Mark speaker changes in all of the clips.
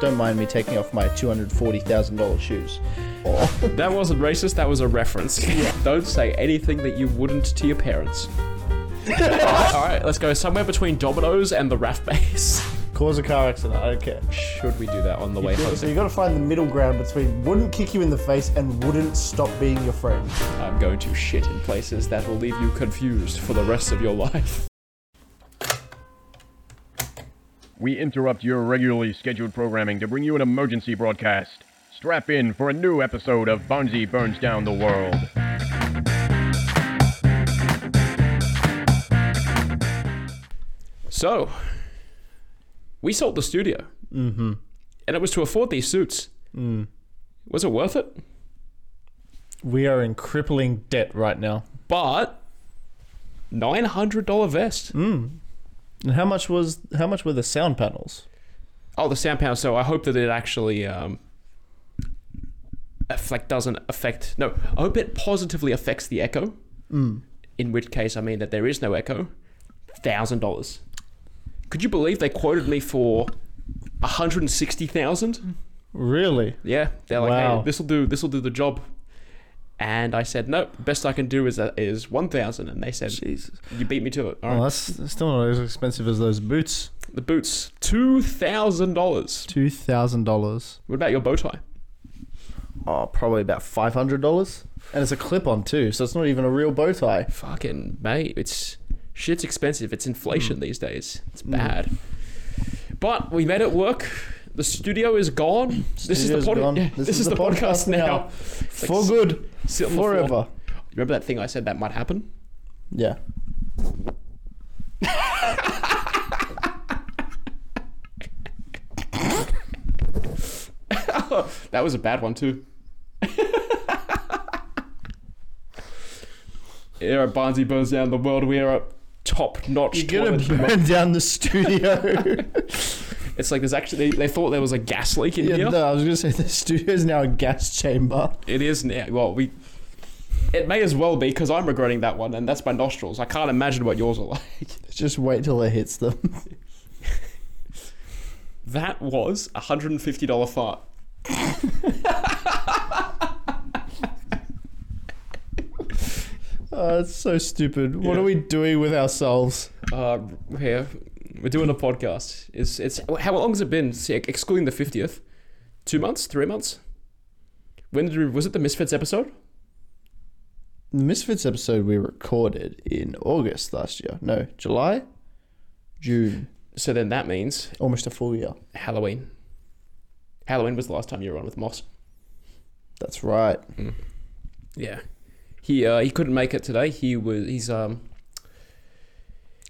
Speaker 1: Don't mind me taking off my two hundred forty thousand dollars shoes.
Speaker 2: That wasn't racist, that was a reference. Don't say anything that you wouldn't to your parents. Alright, let's go somewhere between Domino's and the Raft Base.
Speaker 1: Cause a car accident. I don't care.
Speaker 2: Should we do that on the way home?
Speaker 1: So you got to find the middle ground between wouldn't kick you in the face and wouldn't stop being your friend.
Speaker 2: I'm going to shit in places that will leave you confused for the rest of your life.
Speaker 3: We interrupt your regularly scheduled programming to bring you an emergency broadcast. Strap in for a new episode of Bonzi Burns Down the World.
Speaker 2: So, we sold the studio. Mm-hmm. Mm. And it was to afford these suits. Was it worth it?
Speaker 1: We are in crippling debt right now.
Speaker 2: But $900 vest.
Speaker 1: And how much was how much were the sound panels?
Speaker 2: Oh, the sound panel. So I hope that it actually um, affect, doesn't affect. No, I hope it positively affects the echo. In which case, I mean that there is no echo. Thousand dollars. Could you believe they quoted me for a hundred and sixty thousand?
Speaker 1: Really?
Speaker 2: Yeah, they're like,
Speaker 1: Wow.
Speaker 2: hey, this will do. This will do the job. And I said, nope. Best I can do is uh, is one thousand. And they said,
Speaker 1: Jesus.
Speaker 2: you beat me to it. All right.
Speaker 1: Well, that's that's still not as expensive as those boots.
Speaker 2: The boots, two thousand dollars.
Speaker 1: Two thousand dollars.
Speaker 2: What about your bow tie?
Speaker 1: Oh, probably about five hundred dollars. And it's a clip-on too, so it's not even a real bow tie.
Speaker 2: fucking mate, it's shit's expensive. It's inflation these days. It's bad. But we made it work. The studio is gone. this is the
Speaker 1: Studio's
Speaker 2: pod-
Speaker 1: gone.
Speaker 2: yeah, this, is the podcast, now. Like,
Speaker 1: for good,
Speaker 2: sit on the floor.
Speaker 1: forever.
Speaker 2: Remember that thing I said that might happen?
Speaker 1: Yeah.
Speaker 2: That was a bad one too. Here at Barnsley burns down the world. We are at top notch.
Speaker 1: You're gonna burn down the studio.
Speaker 2: It's like there's actually they, they thought there was a gas leak in
Speaker 1: yeah,
Speaker 2: here.
Speaker 1: no, I was gonna say the studio is now a gas chamber.
Speaker 2: It is now. Well, we. It may as well be because I'm regretting that one, and that's my nostrils. I can't imagine what yours are like.
Speaker 1: Just wait till it hits them.
Speaker 2: That was a hundred and fifty dollar fart.
Speaker 1: Oh, it's so stupid. What are we doing with ourselves?
Speaker 2: Uh, here we're doing a podcast. It's it's how long has it been? See, excluding the fiftieth, two months, three months. When did we, was it the Misfits episode?
Speaker 1: The Misfits episode we recorded in August last year. No, July, June,
Speaker 2: So then that means
Speaker 1: almost a full year.
Speaker 2: Halloween. Halloween was the last time you were on with Moss.
Speaker 1: That's right.
Speaker 2: Yeah, he uh, he couldn't make it today. He was he's um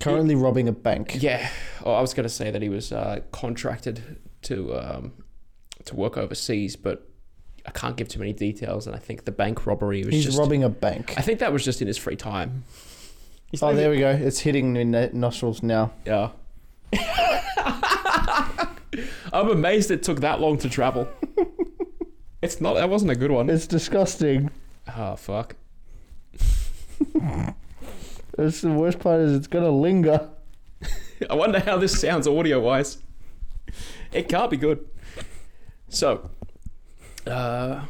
Speaker 1: Currently robbing a bank.
Speaker 2: Yeah, oh, I was going to say that he was uh, contracted to um, to work overseas, but I can't give too many details. And I think the bank robbery was
Speaker 1: He's
Speaker 2: just.
Speaker 1: robbing a bank.
Speaker 2: I think that was just in his free time.
Speaker 1: Oh, there we go. It's hitting the no- nostrils now.
Speaker 2: Yeah. I'm amazed it took that long to travel. It's not. That wasn't a good one.
Speaker 1: It's disgusting.
Speaker 2: Oh fuck.
Speaker 1: It's the worst part is it's gonna linger.
Speaker 2: I wonder how this sounds audio wise. It can't be good. So, uh,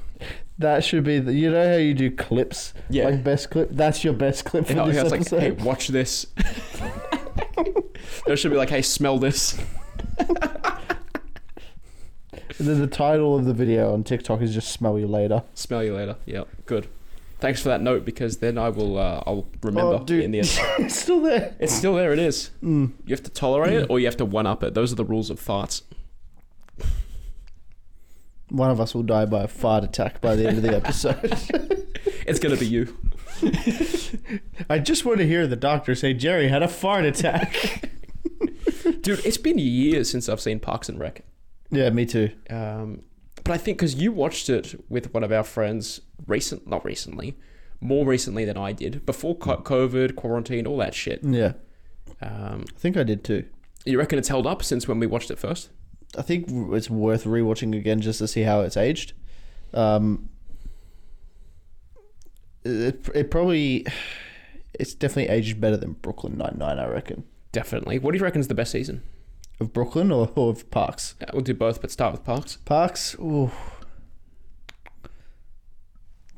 Speaker 1: That should be the, you know how you do clips,
Speaker 2: Yeah.
Speaker 1: like best clip. That's your best clip for
Speaker 2: Yeah,
Speaker 1: this
Speaker 2: yeah, it's like,
Speaker 1: episode.
Speaker 2: hey, watch this. there should be like, hey, smell this.
Speaker 1: And then the title of the video on TikTok is just "Smell You Later."
Speaker 2: Smell you later. Yeah, good. Thanks for that note because then I will uh, I'll remember in the end.
Speaker 1: Oh, it's still there.
Speaker 2: It's still there. It is. You have to tolerate it or you have to one up it. Those are the rules of farts.
Speaker 1: One of us will die by a fart attack by the end of the episode.
Speaker 2: It's gonna be you.
Speaker 1: I just want to hear the doctor say Jerry had a fart attack.
Speaker 2: Dude, it's been years since I've seen Parks and Rec.
Speaker 1: yeah, me too.
Speaker 2: Um, but I think because you watched it with one of our friends recent, not recently, more recently than I did, before co- COVID, quarantine, all that shit.
Speaker 1: Yeah,
Speaker 2: Um,
Speaker 1: I think I did too.
Speaker 2: you reckon it's held up since when we watched it first?
Speaker 1: I think it's worth rewatching again just to see how it's aged. Um, it, it probably it's definitely aged better than Brooklyn Nine Nine, I reckon.
Speaker 2: Definitely. What do you reckon is the best season?
Speaker 1: Of Brooklyn or, or of Parks?
Speaker 2: Yeah, we'll do both, but start with Parks.
Speaker 1: Parks, ooh.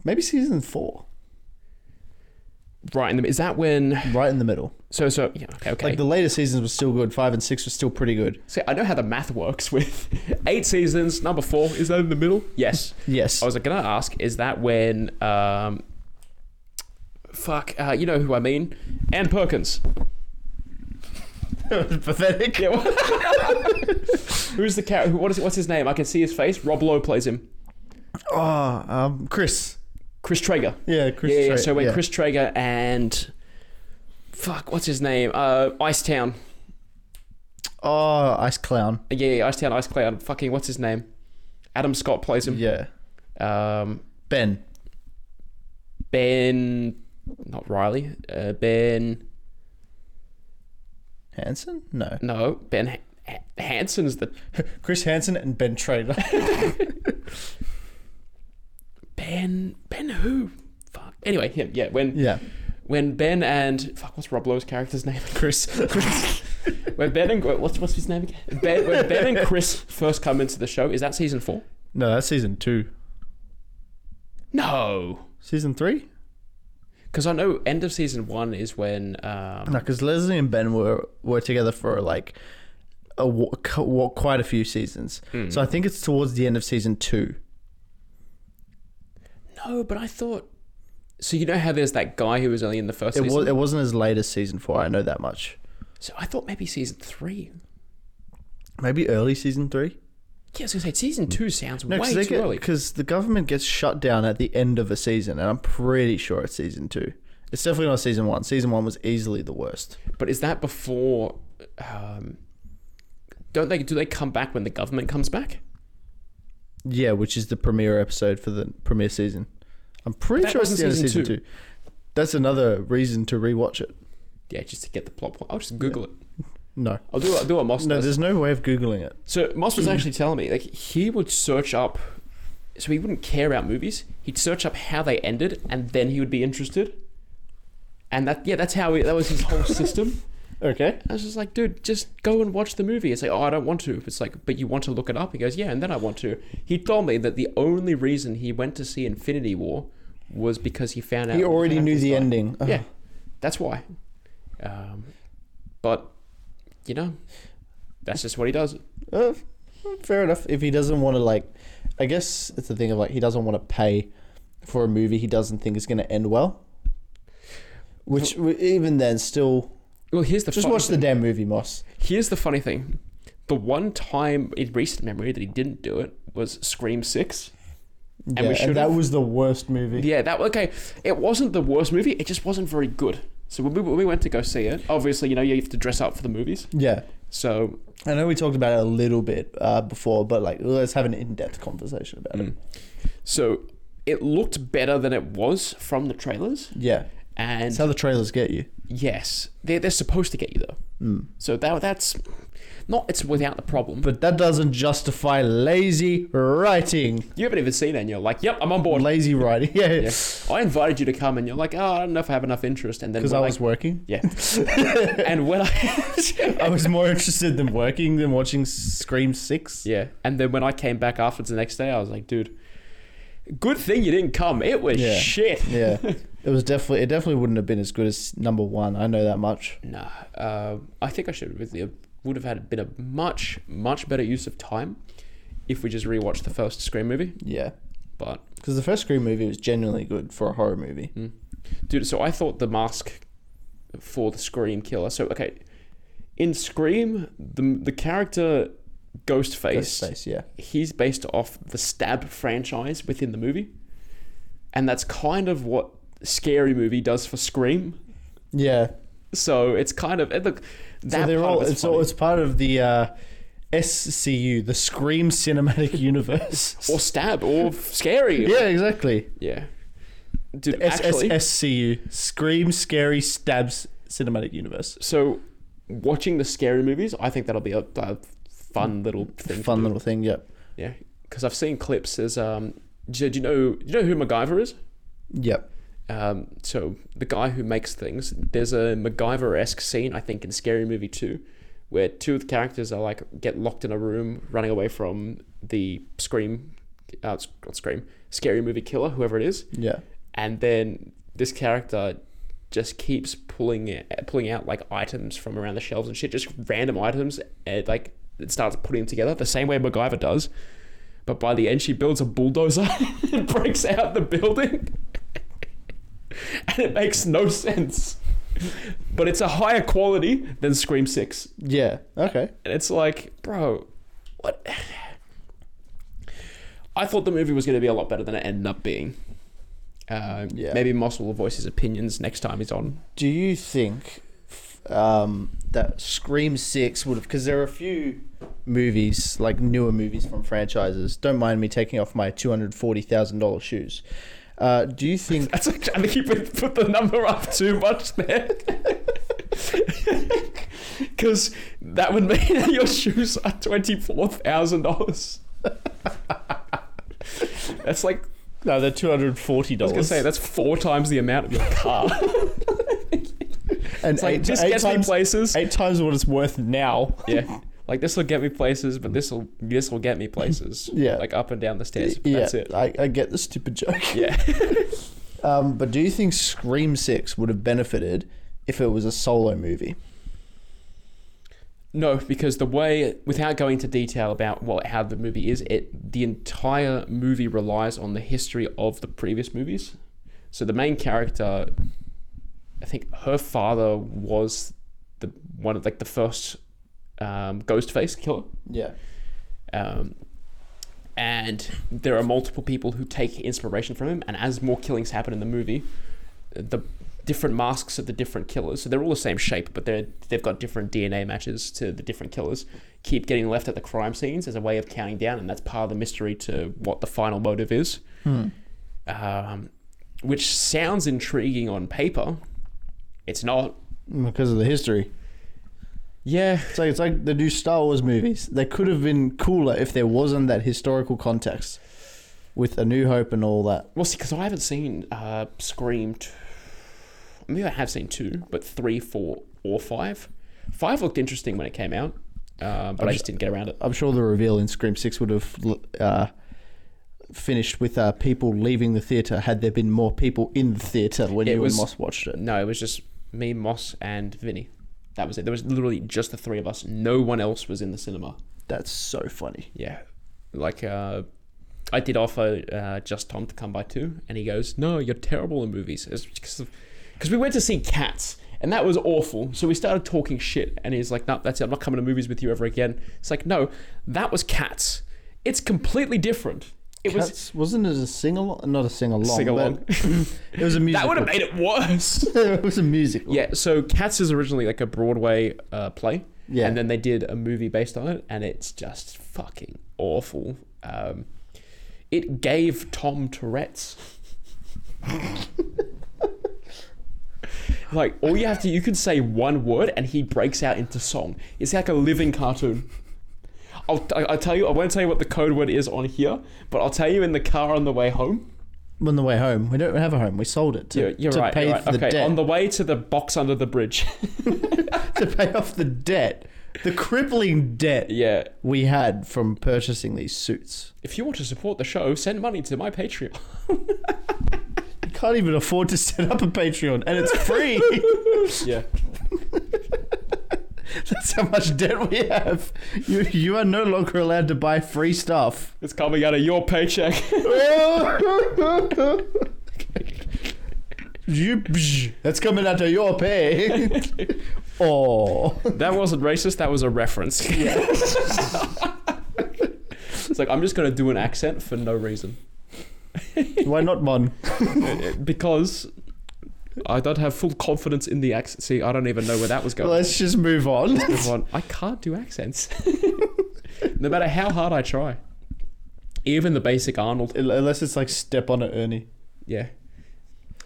Speaker 1: Maybe season four.
Speaker 2: Right in the is that when?
Speaker 1: Right in the middle.
Speaker 2: So so yeah okay okay.
Speaker 1: Like the later seasons were still good. Five and six were still pretty good.
Speaker 2: See, I know how the math works with eight seasons. Number four is that in the middle? Yes.
Speaker 1: Yes.
Speaker 2: I was gonna ask, is that when? Um, fuck, uh, you know who I mean? Ann Perkins.
Speaker 1: pathetic.
Speaker 2: Yeah. what- Who's the character? What is? What's his name? I can see his face. Rob Lowe plays him.
Speaker 1: Oh, um, Chris.
Speaker 2: Chris Traeger.
Speaker 1: Yeah, Chris.
Speaker 2: yeah, yeah.
Speaker 1: Tra-
Speaker 2: so when
Speaker 1: yeah.
Speaker 2: Chris Traeger and fuck, what's his name? Uh, Ice Town.
Speaker 1: Oh, Ice Clown.
Speaker 2: Yeah, yeah, Ice Town, Ice Cloud. Fucking what's his name? Adam Scott plays him.
Speaker 1: Yeah.
Speaker 2: Um,
Speaker 1: Ben.
Speaker 2: Ben, not Riley. Uh, ben.
Speaker 1: Hanson? No.
Speaker 2: No, Ben H- Hanson's the
Speaker 1: Chris Hansen and Ben Trader.
Speaker 2: Ben Ben who? Fuck. Anyway, yeah, yeah when
Speaker 1: yeah.
Speaker 2: when Ben and fuck, what's Rob Lowe's character's name? Chris. when Ben and what's what's his name again? Ben, when Ben and Chris first come into the show, is that season four?
Speaker 1: No, that's season two.
Speaker 2: No,
Speaker 1: Season three?
Speaker 2: because I know end of season one is when um,
Speaker 1: No, because Leslie and Ben were were together for like a wa- cu- wa- quite a few seasons.
Speaker 2: Hmm.
Speaker 1: So I think it's towards the end of season two.
Speaker 2: no, but I thought. So you know how there's that guy who was only in the first
Speaker 1: It
Speaker 2: season.
Speaker 1: was. It wasn't as late as season four. I know that much.
Speaker 2: so I thought maybe season three.
Speaker 1: Maybe early season three.
Speaker 2: Yeah, I was gonna say season two sounds
Speaker 1: No,
Speaker 2: way too early.
Speaker 1: because the government gets shut down at the end of a season, and I'm pretty sure it's season two. It's definitely not season one. Season one was easily the worst.
Speaker 2: But is that before? Um, don't they? Do they come back when the government comes back?
Speaker 1: Yeah, which is the premiere episode for the premiere season. I'm pretty
Speaker 2: That
Speaker 1: sure it's
Speaker 2: wasn't
Speaker 1: the end of
Speaker 2: season
Speaker 1: season
Speaker 2: two.
Speaker 1: two. That's another reason to rewatch it.
Speaker 2: Yeah, just to get the plot point. I'll just Google it.
Speaker 1: No,
Speaker 2: I'll do. I'll do what Moss
Speaker 1: no,
Speaker 2: does.
Speaker 1: there's no way of googling it.
Speaker 2: So Moss was actually telling me like he would search up. So he wouldn't care about movies. He'd search up how they ended, and then he would be interested. And that yeah, that's how he, that was his whole system.
Speaker 1: Okay.
Speaker 2: I was just like, dude, just go and watch the movie. It's like, oh, I don't want to. It's like, but you want to look it up. He goes, yeah, and then I want to. He told me that the only reason he went to see Infinity War was because he found out
Speaker 1: He
Speaker 2: that
Speaker 1: already knew
Speaker 2: characters
Speaker 1: the
Speaker 2: died.
Speaker 1: ending. Ugh.
Speaker 2: Yeah, that's why. Um, but you know, that's just what he does.
Speaker 1: Uh, fair enough. If he doesn't want to, like, I guess it's the thing of like he doesn't want to pay for a movie he doesn't think is going to end well. Which w- even then, still,
Speaker 2: Well, here's the
Speaker 1: just
Speaker 2: funny
Speaker 1: watch the
Speaker 2: thing.
Speaker 1: damn movie, Moss.
Speaker 2: Here's the funny thing. The one time in recent memory that he didn't do it was Scream Six.
Speaker 1: Yeah,
Speaker 2: we
Speaker 1: and,
Speaker 2: should've-
Speaker 1: that was the worst movie.
Speaker 2: Yeah, that okay. It wasn't the worst movie. It just wasn't very good. So when we, when we went to go see it, obviously, you know, you have to dress up for the movies.
Speaker 1: yeah.
Speaker 2: So
Speaker 1: I know we talked about it a little bit uh, before, but like let's have an in-depth conversation about
Speaker 2: Mm.
Speaker 1: it.
Speaker 2: so it looked better than it was from the trailers.
Speaker 1: Yeah,
Speaker 2: And
Speaker 1: it's how the trailers get you.
Speaker 2: yes, they're, they're supposed to get you though. So that that's not it's without the problem. But
Speaker 1: Hmm. But that doesn't justify lazy writing.
Speaker 2: you haven't even seen it, and you're like, "Yep, I'm on board."
Speaker 1: Lazy writing. Yeah,
Speaker 2: Yeah.
Speaker 1: because
Speaker 2: I invited you to come, and you're like, "Oh, I don't know if I have enough interest." And then
Speaker 1: I
Speaker 2: when
Speaker 1: was working.
Speaker 2: yeah. and when I
Speaker 1: I was more interested than working than watching Scream Six.
Speaker 2: Yeah. And then when I came back afterwards the next day, I was like, dude, good thing you didn't come. It was
Speaker 1: Yeah.
Speaker 2: shit.
Speaker 1: Yeah, it was definitely it definitely wouldn't have been as good as number one. I know that much.
Speaker 2: Nah. Uh, I think I should really would have had been a much, much better use of time if we just rewatched the first Scream movie.
Speaker 1: Yeah,
Speaker 2: But
Speaker 1: because the first Scream movie was genuinely good for a horror movie.
Speaker 2: dude, so I thought the mask for the Scream killer. So okay, in Scream, the the character Ghostface,
Speaker 1: Ghostface, yeah.
Speaker 2: he's based off the Stab franchise within the movie, and that's kind of what Scary Movie does for Scream.
Speaker 1: Yeah,
Speaker 2: So it's kind of and look. That
Speaker 1: so they're
Speaker 2: part
Speaker 1: all
Speaker 2: of
Speaker 1: it's, all it's part of the uh, SCU, the Scream Cinematic Universe.
Speaker 2: or Stab or Scary.
Speaker 1: yeah, exactly.
Speaker 2: yeah. Dude, actually,
Speaker 1: SSSCU, Scream Scary Stabs Cinematic Universe.
Speaker 2: so watching the Scary movies, I think that'll be a, a fun little thing. to
Speaker 1: Fun
Speaker 2: do.
Speaker 1: little thing. Yep.
Speaker 2: Yeah, because I've seen clips. As um, do, do you know? Do you know who MacGyver is?
Speaker 1: Yep.
Speaker 2: Um, so the guy who makes things. There's a MacGyver esque scene, I think, in Scary Movie Two, where two of the characters are like get locked in a room running away from the scream uh, s- not scream scary movie killer whoever it is
Speaker 1: Yeah.
Speaker 2: and then this character just keeps pulling it, pulling out like items from around the shelves and shit, just random items, and like it starts putting them together the same way MacGyver does. But by the end, she builds a bulldozer and breaks out the building, and it makes no sense. But it's a higher quality than Scream Six,
Speaker 1: Yeah. Okay.
Speaker 2: and it's like, bro, what? I thought the movie was going to be a lot better than it ended up being. Uh,
Speaker 1: Yeah.
Speaker 2: Maybe Moss will voice his opinions next time he's on.
Speaker 1: Do you think f- um, that Scream Six would have? Because there are a few movies, like newer movies from franchises. Don't mind me taking off my two hundred forty thousand dollars shoes. Uh, do you think?
Speaker 2: That's actually, I think he put put the number up too much there. Because that would mean that your shoes are $24,000. That's like,
Speaker 1: no, they're two hundred forty
Speaker 2: I
Speaker 1: dollars.
Speaker 2: was
Speaker 1: Ah.
Speaker 2: going to say, that's four times the amount of your car.
Speaker 1: and
Speaker 2: It's like,
Speaker 1: eight,
Speaker 2: this
Speaker 1: eight
Speaker 2: gets me
Speaker 1: times
Speaker 2: places.
Speaker 1: eight times what it's worth now.
Speaker 2: yeah like this will get me places but this will this will get me places
Speaker 1: Yeah.
Speaker 2: like up and down the stairs
Speaker 1: yeah,
Speaker 2: that's it
Speaker 1: I, I get the stupid joke.
Speaker 2: yeah
Speaker 1: Um, but do you think Scream Six would have benefited if it was a solo movie?
Speaker 2: no because the way without going to detail about what how the movie is it the entire movie relies on the history of the previous movies so the main character i think her father was the one of like the first um, ghost face killer
Speaker 1: Yeah.
Speaker 2: Um, and there are multiple people who take inspiration from him. And as more killings happen in the movie, the different masks of the different killers, so they're all the same shape, but they're, they've got different DNA matches to the different killers, keep getting left at the crime scenes as a way of counting down. And that's part of the mystery to what the final motive is. Um, which sounds intriguing on paper. It's not.
Speaker 1: Because of the history.
Speaker 2: Yeah.
Speaker 1: It's like it's like the new Star Wars movies. They could have been cooler if there wasn't that historical context with A New Hope and all that.
Speaker 2: Well, see, because I haven't seen uh, Scream. T- Maybe I have seen two, but three, four, or five. Five looked interesting when it came out, um, but I just didn't get around it.
Speaker 1: I'm sure the reveal in Scream Six would have uh, finished with uh, people leaving the theater had there been more people in the theater when
Speaker 2: It
Speaker 1: you
Speaker 2: was-
Speaker 1: and Moss watched it.
Speaker 2: No, it was just me, Moss, and Vinny. That was it. There was literally just the three of us. No one else was in the cinema.
Speaker 1: That's so funny.
Speaker 2: Yeah, like uh, I did offer uh, just Tom to come by too, and he goes, "No, you're terrible in movies." It's because of because we went to see Cats, and that was awful. So we started talking shit, and he's like, "No, that's it. I'm not coming to movies with you ever again." It's like, no, that was Cats. It's completely different. It was
Speaker 1: Cats, wasn't it a sing along? Not a sing along.
Speaker 2: sing along.
Speaker 1: It was a musical.
Speaker 2: that would have made it worse.
Speaker 1: it was a musical.
Speaker 2: Yeah, so Cats is originally like a Broadway uh, play.
Speaker 1: Yeah.
Speaker 2: And then they did a movie based on it, and it's just fucking awful. Um, it gave Tom Tourette's. like, all you have to, you can say one word, and he breaks out into song. It's like a living cartoon. I'll, I- I'll tell you, I won't tell you what the code word is on here, but I'll tell you in the car on the way home.
Speaker 1: On the way home, we don't have a home. We sold it to,
Speaker 2: You're, you're
Speaker 1: to
Speaker 2: right.
Speaker 1: pay
Speaker 2: you're right.
Speaker 1: for the
Speaker 2: Okay,
Speaker 1: debt.
Speaker 2: on the way to the box under the bridge.
Speaker 1: to pay off the debt, the crippling debt
Speaker 2: yeah.
Speaker 1: we had from purchasing these suits.
Speaker 2: If you want to support the show, send money to my Patreon.
Speaker 1: You can't even afford to set up a Patreon, and it's free.
Speaker 2: Yeah.
Speaker 1: That's how much debt we have. You you are no longer allowed to buy free stuff.
Speaker 2: It's coming out of your paycheck.
Speaker 1: You- That's coming out of your pay. oh,
Speaker 2: that wasn't racist, that was a reference. it's like, I'm just going to do an accent for no reason.
Speaker 1: why not, Mon?
Speaker 2: Because I don't have full confidence in the accent. See, I don't even know where that was going.
Speaker 1: Let's just move on.
Speaker 2: Move on. I can't do accents. no matter how hard I try. Even the basic Arnold.
Speaker 1: Unless it's like step on it, Ernie.
Speaker 2: Yeah.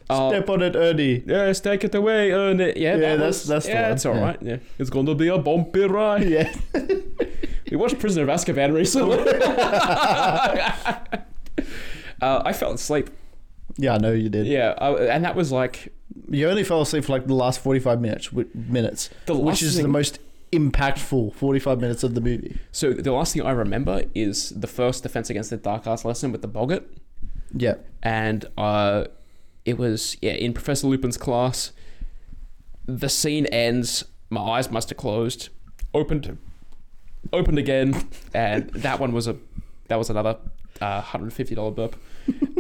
Speaker 2: Uh,
Speaker 1: step on it, Ernie.
Speaker 2: Yes, take it away, earn it. Yeah,
Speaker 1: Yeah,
Speaker 2: that
Speaker 1: that's-
Speaker 2: was-
Speaker 1: that's the
Speaker 2: yeah,
Speaker 1: one,
Speaker 2: it's all
Speaker 1: yeah.
Speaker 2: right. Yeah, it's gonna be a bumpy ride.
Speaker 1: Yeah.
Speaker 2: We watched Prisoner of Azkaban recently. uh, I fell asleep.
Speaker 1: Yeah, I know you did.
Speaker 2: Yeah, I, and that was like
Speaker 1: You only fell asleep for like the last 45 minutes, wi- minutes
Speaker 2: The
Speaker 1: which
Speaker 2: last
Speaker 1: is the
Speaker 2: thing-
Speaker 1: most impactful 45 minutes of the movie.
Speaker 2: So the last thing I remember is the first Defense Against the Dark Arts lesson with the Boggart,
Speaker 1: Yeah.
Speaker 2: and uh, it was yeah in Professor Lupin's class. The scene ends. My eyes must have closed, opened, opened again, and that one was a that was another uh, hundred fifty dollar burp.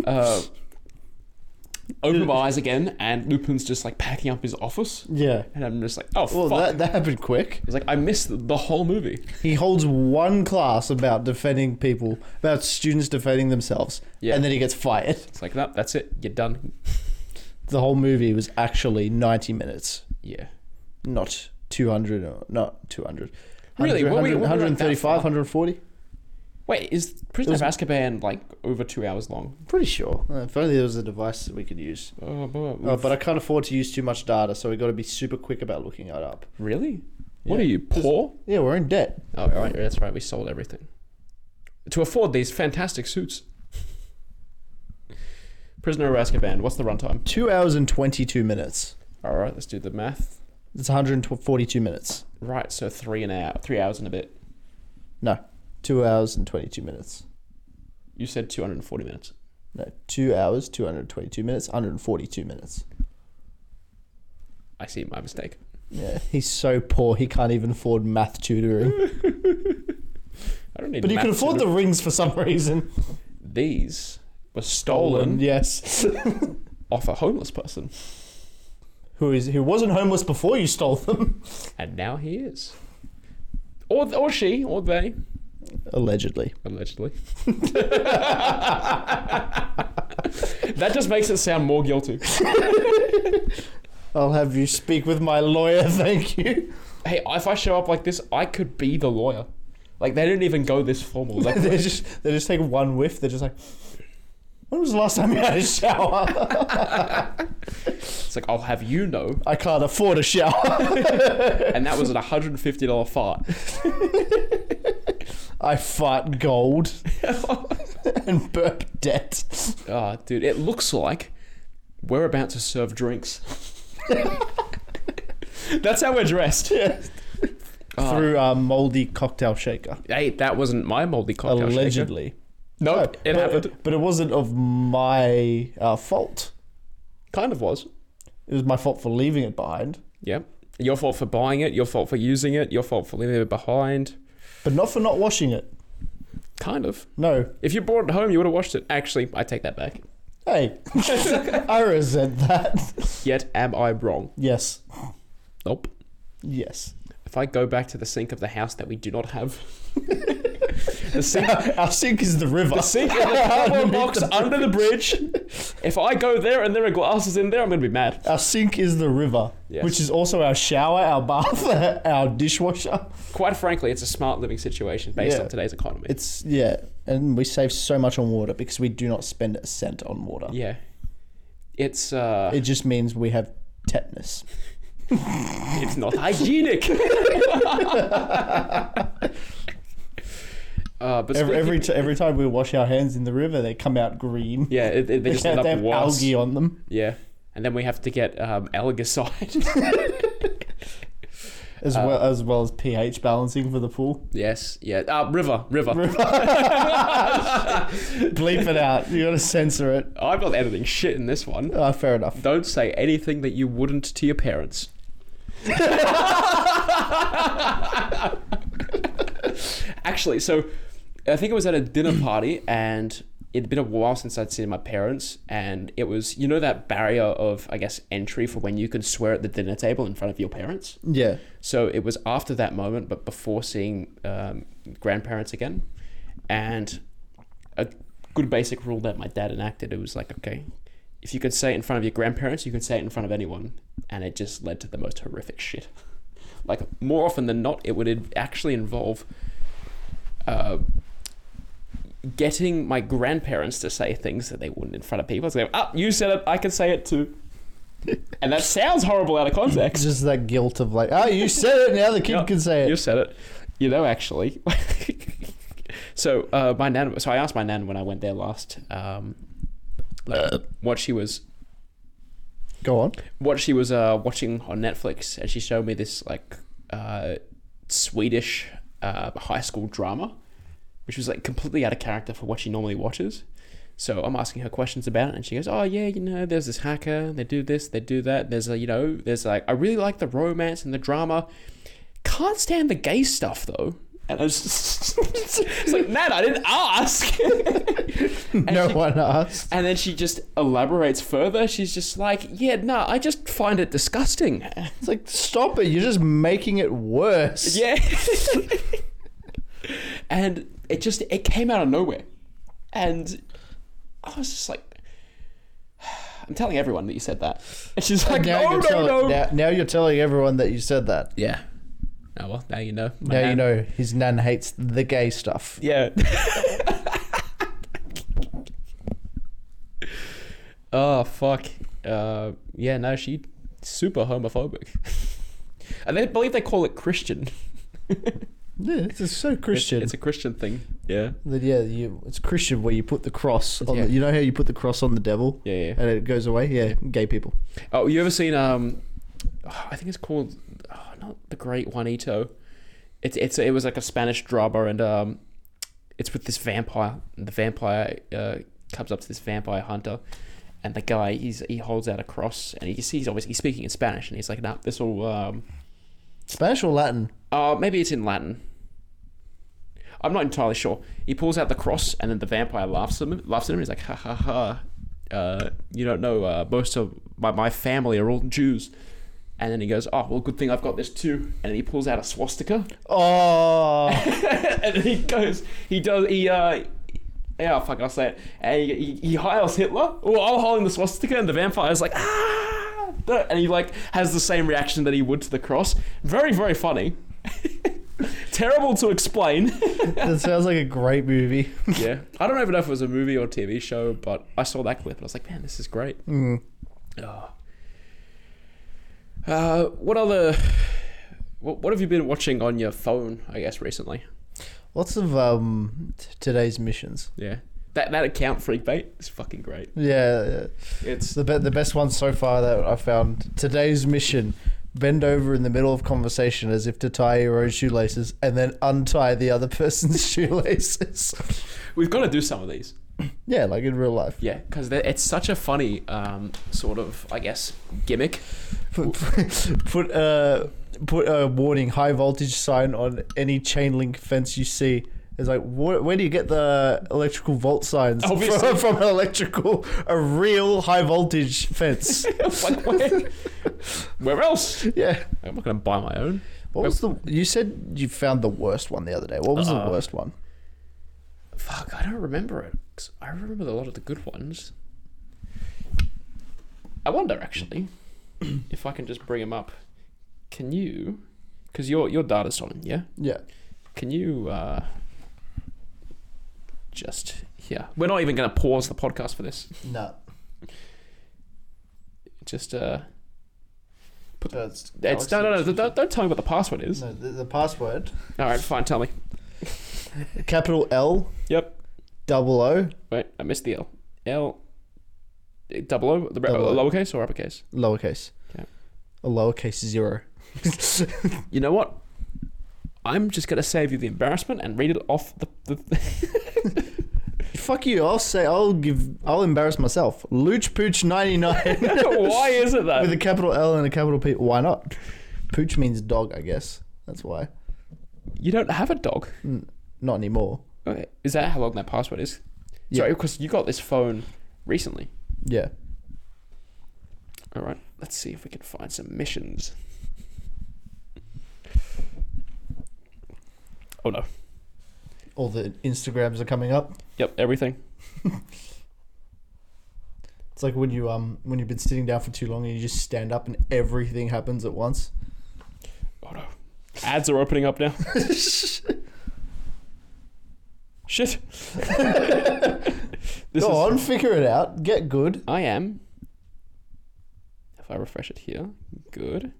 Speaker 2: Uh, opened my eyes again, and Lupin's just like packing up his office,
Speaker 1: Yeah.
Speaker 2: and I'm just like, oh
Speaker 1: Well,
Speaker 2: fuck.
Speaker 1: that, that happened quick.
Speaker 2: it's like I missed the whole movie.
Speaker 1: He holds one class about defending people, about students defending themselves,
Speaker 2: Yeah.
Speaker 1: and then he gets fired.
Speaker 2: It's like that. That's it. You're done.
Speaker 1: The whole movie was actually 90 minutes,
Speaker 2: Yeah.
Speaker 1: not 200, or not 200.
Speaker 2: Really?
Speaker 1: 100,
Speaker 2: What were you- what were you like that
Speaker 1: 135,
Speaker 2: for?
Speaker 1: 140?
Speaker 2: Wait, is Prisoner of Azkaban like over two hours long?
Speaker 1: Pretty sure. Uh, if only there was a device that we could use.
Speaker 2: Oh,
Speaker 1: Uh, but I can't afford to use too much data, so we got to be super quick about looking it up.
Speaker 2: really? What
Speaker 1: Yeah.
Speaker 2: are you poor?
Speaker 1: Yeah, we're in debt.
Speaker 2: Oh, all right, that's right. We sold everything to afford these fantastic suits. Prisoner of Azkaban. What's the runtime?
Speaker 1: Two hours and 22 minutes.
Speaker 2: All right, let's do the math.
Speaker 1: It's 142 minutes.
Speaker 2: Right, so three an hour, three hours and a bit.
Speaker 1: No, two hours and 22 minutes.
Speaker 2: You said two hundred and forty minutes.
Speaker 1: No, two hours, 222 minutes, 142 minutes.
Speaker 2: I see my mistake.
Speaker 1: Yeah, he's so poor he can't even afford math tutoring.
Speaker 2: I don't need.
Speaker 1: But you can
Speaker 2: maths
Speaker 1: afford
Speaker 2: in
Speaker 1: the
Speaker 2: it.
Speaker 1: rings for some reason.
Speaker 2: These were stolen
Speaker 1: Yes.
Speaker 2: off a homeless person,
Speaker 1: who is who wasn't homeless before you stole them?
Speaker 2: and now he is, or or she or they.
Speaker 1: Allegedly.
Speaker 2: Allegedly. that just makes it sound more guilty.
Speaker 1: I'll have you speak with my lawyer, thank you.
Speaker 2: Hey, if I show up like this, I could be the lawyer. Like they didn't even go this formal. Like,
Speaker 1: they just they just take one whiff, they're just like When was the last time you had a shower?
Speaker 2: it's like I'll have you know,
Speaker 1: I can't afford a shower.
Speaker 2: and that was an hundred and fifty dollar fart.
Speaker 1: I fart gold and burp debt.
Speaker 2: Ah, dude, it looks like we're about to serve drinks. That's how we're dressed. Ah.
Speaker 1: Through a moldy cocktail shaker.
Speaker 2: Hey, that wasn't my moldy cocktail. shaker.
Speaker 1: allegedly.
Speaker 2: Nope, it
Speaker 1: but,
Speaker 2: happened.
Speaker 1: But it wasn't of my uh, fault.
Speaker 2: Kind of was.
Speaker 1: It was my fault for leaving it behind,
Speaker 2: Yep. Your fault for buying it. Your fault for using it. Your fault for leaving it behind.
Speaker 1: but not for not washing it.
Speaker 2: Kind of.
Speaker 1: No.
Speaker 2: If you brought it home, you would have watched it. Actually, I take that back.
Speaker 1: Hey, I resent that.
Speaker 2: Yet am I wrong?
Speaker 1: Yes.
Speaker 2: Nope.
Speaker 1: Yes.
Speaker 2: If I go back to the sink of the house that we do not have, the sink,
Speaker 1: Our sink is the river.
Speaker 2: the sink and the cardboard
Speaker 1: Underneath
Speaker 2: box
Speaker 1: the
Speaker 2: under the bridge. If I go there and there are glasses in there, I'm gonna be mad.
Speaker 1: Our sink is the river,
Speaker 2: Yes.
Speaker 1: which is also our shower, our bath, our dishwasher.
Speaker 2: Quite frankly, it's a smart living situation based
Speaker 1: Yeah.
Speaker 2: on today's economy.
Speaker 1: It's, yeah. And we save so much on water because we do not spend a cent on water.
Speaker 2: yeah, it's uh,
Speaker 1: It just means we have tetanus.
Speaker 2: it's not hygienic. uh,
Speaker 1: Every
Speaker 2: but speaking-
Speaker 1: every, t- every time we wash our hands in the river, they come out green.
Speaker 2: yeah, it, it- they just
Speaker 1: they
Speaker 2: end
Speaker 1: have, they
Speaker 2: up
Speaker 1: have
Speaker 2: worse.
Speaker 1: algae on them.
Speaker 2: Yeah. And then we have to get um, algicide.
Speaker 1: as
Speaker 2: Uh,
Speaker 1: well as well as pH balancing for the pool.
Speaker 2: yes, yeah. Uh, river, river.
Speaker 1: Bleep it out. You gotta censor it.
Speaker 2: I'm not editing shit in this one.
Speaker 1: Ah, fair enough.
Speaker 2: Don't say anything that you wouldn't to your parents. Actually, so I think it was at a dinner party, and it'd been a while since I'd seen my parents, and it was you know that barrier of I guess entry for when you can swear at the dinner table in front of your parents.
Speaker 1: Yeah.
Speaker 2: So it was after that moment, but before seeing um, grandparents again. And a good basic rule that my dad enacted, it was like, okay, if you can say it in front of your grandparents, you can say it in front of anyone. And it just led to the most horrific shit. like, more often than not, it would in- actually involve uh, getting my grandparents to say things that they wouldn't in front of people. So, ah, you said it, I can say it too. and that sounds horrible out of
Speaker 1: It's
Speaker 2: context.
Speaker 1: just that guilt of like, oh, you said it. Now the kid
Speaker 2: Yeah,
Speaker 1: can say
Speaker 2: You
Speaker 1: it.
Speaker 2: said it. You know, actually. so uh, my nan. So I asked my nan when I went there last, um, like, what she was,
Speaker 1: Go on.
Speaker 2: what she was uh, watching on Netflix, and she showed me this like uh, Swedish uh, high school drama, which was like completely out of character for what she normally watches. So I'm asking her questions about it, and she goes, "Oh yeah, you know, there's this hacker. They do this, they do that. There's a, you know, there's like I really like the romance and the drama. Can't stand the gay stuff though." And I was it's like, "Man, I didn't ask." And
Speaker 1: no
Speaker 2: she-
Speaker 1: one asked.
Speaker 2: and then she just elaborates further. She's just like, "Yeah, nah, I just find it disgusting."
Speaker 1: It's like, stop it. You're just making it worse.
Speaker 2: Yeah. and it just it came out of nowhere. And I was just like I'm telling everyone that you said that. And she's like,
Speaker 1: And now,
Speaker 2: No,
Speaker 1: you're
Speaker 2: no,
Speaker 1: telling,
Speaker 2: no.
Speaker 1: Now, now you're telling everyone that you said that.
Speaker 2: yeah. Oh well, now you know. My
Speaker 1: Now you
Speaker 2: nan-
Speaker 1: know his nan hates the gay stuff.
Speaker 2: Yeah. oh fuck. Uh, yeah, no, she super homophobic. and they believe they call it Christian.
Speaker 1: Yeah, this is so Christian.
Speaker 2: It's a Christian thing. Yeah.
Speaker 1: That- yeah, you, it's Christian where you put the cross on.
Speaker 2: Yeah.
Speaker 1: The, you know how you put the cross on the devil,
Speaker 2: Yeah, yeah.
Speaker 1: and it goes away. Yeah, gay people.
Speaker 2: Oh, you ever seen um? oh, I think it's called oh, not the Great Juanito. It's it's it was like a Spanish drama, and um, it's with this vampire. And the vampire uh, comes up to this vampire hunter, and the guy he's he holds out a cross, and you see he's obviously he's speaking in Spanish, and he's like, "Nah, this will um,
Speaker 1: Spanish or Latin?
Speaker 2: uh, maybe it's in Latin." I'm not entirely sure. He pulls out the cross, and then the vampire laughs at him. Laughs at him. He's like, "Ha ha ha! Uh, you don't know. Uh, most of my, my family are all Jews." And then he goes, "Oh well, good thing I've got this too." And he pulls out a swastika,
Speaker 1: Oh,
Speaker 2: and then he goes, he does, he uh, yeah, fuck, it, I'll say it. And he, he, he hails Hitler while holding the swastika, and the vampire's like, ah, and he like has the same reaction that he would to the cross. Very, very funny. Terrible to explain.
Speaker 1: that sounds like a great movie.
Speaker 2: yeah. I don't even know if it was a movie or TV show, but I saw that clip and I was like, man, this is great. Oh. Uh, what other. What, what have you been watching on your phone, I guess, recently?
Speaker 1: Lots of um t- today's missions.
Speaker 2: Yeah. That, that account, Freakbait, is fucking great.
Speaker 1: Yeah, yeah. it's
Speaker 2: It's.
Speaker 1: the be- the best one so far that I found. Today's mission: bend over in the middle of conversation as if to tie your own shoelaces, and then untie the other person's shoelaces.
Speaker 2: We've got to do some of these.
Speaker 1: yeah, like in real life.
Speaker 2: Yeah, because it's such a funny um, sort of, I guess, gimmick.
Speaker 1: Put put put, uh, put a warning high voltage sign on any chain link fence you see. It's like where, where do you get the electrical volt signs from,
Speaker 2: Obviously.
Speaker 1: from an electrical a real high voltage fence?
Speaker 2: like, where, where else?
Speaker 1: yeah.
Speaker 2: I'm not going to buy my own.
Speaker 1: What was the? You said you found the worst one the other day. What was
Speaker 2: Uh,
Speaker 1: the worst one?
Speaker 2: Fuck, I don't remember it. 'Cause I remember a lot of the good ones. I wonder actually if I can just bring them up. Can you? Because your your data's on, yeah.
Speaker 1: Yeah.
Speaker 2: Can you uh, just yeah? We're not even going to pause the podcast for this.
Speaker 1: No. Just.
Speaker 2: Uh,
Speaker 1: It's,
Speaker 2: it's, no, no, no. Don't, don't tell me what the password is.
Speaker 1: no. The, the password.
Speaker 2: All right, fine. Tell me.
Speaker 1: Capital L
Speaker 2: Yep.
Speaker 1: double O
Speaker 2: Wait, I missed the L. L. Double O. The re-
Speaker 1: Double O.
Speaker 2: lowercase or uppercase?
Speaker 1: lowercase.
Speaker 2: Yeah.
Speaker 1: A lowercase zero.
Speaker 2: You know what? I'm just gonna save you the embarrassment and read it off the. the
Speaker 1: Fuck you! I'll say I'll give I'll embarrass myself. Looch Pooch ninety nine
Speaker 2: why is it that?
Speaker 1: with a capital L and a capital P. Why not? Pooch means dog, I guess. That's why.
Speaker 2: you don't have a dog.
Speaker 1: Not anymore.
Speaker 2: Okay. Is that how long that password is?
Speaker 1: Yeah.
Speaker 2: Sorry, because you got this phone recently.
Speaker 1: Yeah.
Speaker 2: All right. Let's see if we can find some missions. Oh no.
Speaker 1: All the Instagrams are coming up.
Speaker 2: Yep. Everything.
Speaker 1: It's like when you um when you've been sitting down for too long and you just stand up and everything happens at once.
Speaker 2: Oh no. Ads are opening up now. Shit. this
Speaker 1: Go
Speaker 2: is,
Speaker 1: on, figure it out. Get good.
Speaker 2: I am. If I refresh it here, good.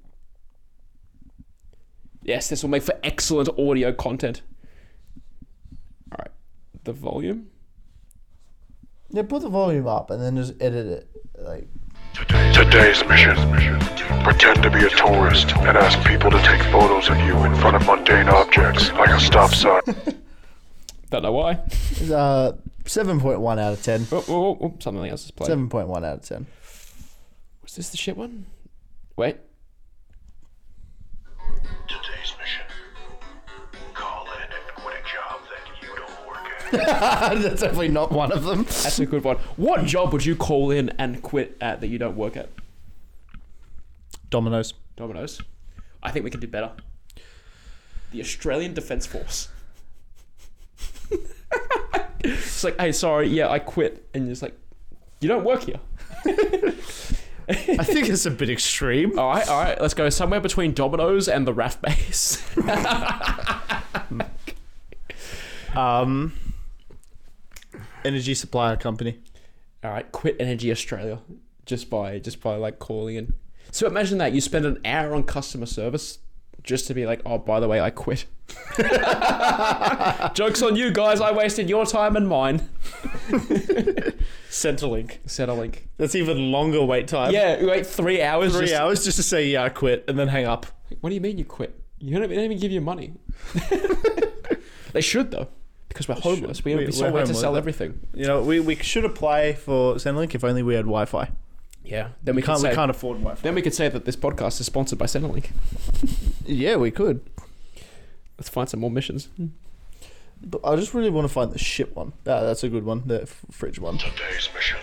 Speaker 2: Yes, this will make for excellent audio content. All right, the volume.
Speaker 1: Yeah, put the volume up and then just edit it. Like
Speaker 4: Today's mission. Pretend to be a tourist and ask people to take photos of you in front of mundane objects like a stop sign.
Speaker 2: Don't know why.
Speaker 1: Uh, 7.1 out of 10.
Speaker 2: Oh, oh, oh, oh, something else is playing.
Speaker 1: 7.1 out of 10.
Speaker 2: Was this the shit one? Wait.
Speaker 4: Today's mission. Call in and quit a job that you don't work at.
Speaker 1: That's definitely not one of them.
Speaker 2: That's a good one. What job would you call in and quit at that you don't work at?
Speaker 1: Dominoes.
Speaker 2: Domino's. I think we can do better. The Australian Defence Force. it's like, hey, sorry, yeah, I quit, and it's like, you don't work here.
Speaker 1: I think it's a bit extreme.
Speaker 2: All right, all right, let's go somewhere between Domino's and the RAF base.
Speaker 1: Um, energy supplier company.
Speaker 2: all right, quit Energy Australia just by just by like calling in. So imagine that you spend an hour on customer service just to be like, oh, by the way, I quit. Jokes on you guys! I wasted your time and mine.
Speaker 1: Centrelink.
Speaker 2: Set a link.
Speaker 1: That's even longer wait time.
Speaker 2: Yeah, wait three hours.
Speaker 1: Three
Speaker 2: just-
Speaker 1: hours just to say, yeah, I quit, and then hang up.
Speaker 2: What do you mean you quit? You don't, they don't even give you money. they should though, because we're homeless. We
Speaker 1: We-
Speaker 2: would be
Speaker 1: we're
Speaker 2: somewhere to
Speaker 1: homeless,
Speaker 2: sell
Speaker 1: though.
Speaker 2: everything.
Speaker 1: You know, we, we should apply for Centrelink if only we had Wi Fi.
Speaker 2: Yeah. Then we,
Speaker 1: We
Speaker 2: can
Speaker 1: can't,
Speaker 2: say,
Speaker 1: we can't afford Wi Fi.
Speaker 2: Then we could say that this podcast is sponsored by Centrelink.
Speaker 1: Yeah, we could.
Speaker 2: Let's find some more missions.
Speaker 1: But I just really want to find the ship one. Ah, that's a good one. The f- fridge one.
Speaker 4: Today's mission.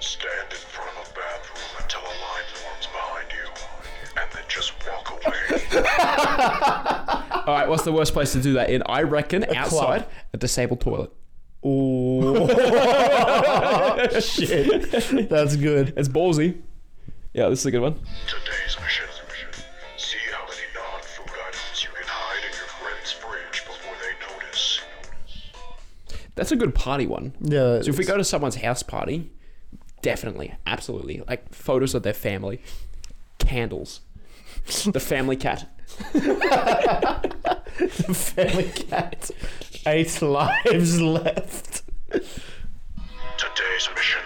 Speaker 4: Stand in front of a bathroom until a line forms behind you, and then just walk away.
Speaker 2: All right. What's the worst place to do that in? I reckon outside
Speaker 1: club.
Speaker 2: a disabled toilet.
Speaker 1: Oh shit! That's good.
Speaker 2: It's ballsy. Yeah, this is a good one.
Speaker 4: Today's mission. See how many non-food items you can hide in your friend's fridge before they notice.
Speaker 2: That's a good party one.
Speaker 1: Yeah.
Speaker 2: So if we go to someone's house party, definitely, absolutely, like photos of their family, candles, the family cat.
Speaker 1: family cat, eight lives left.
Speaker 4: Today's mission.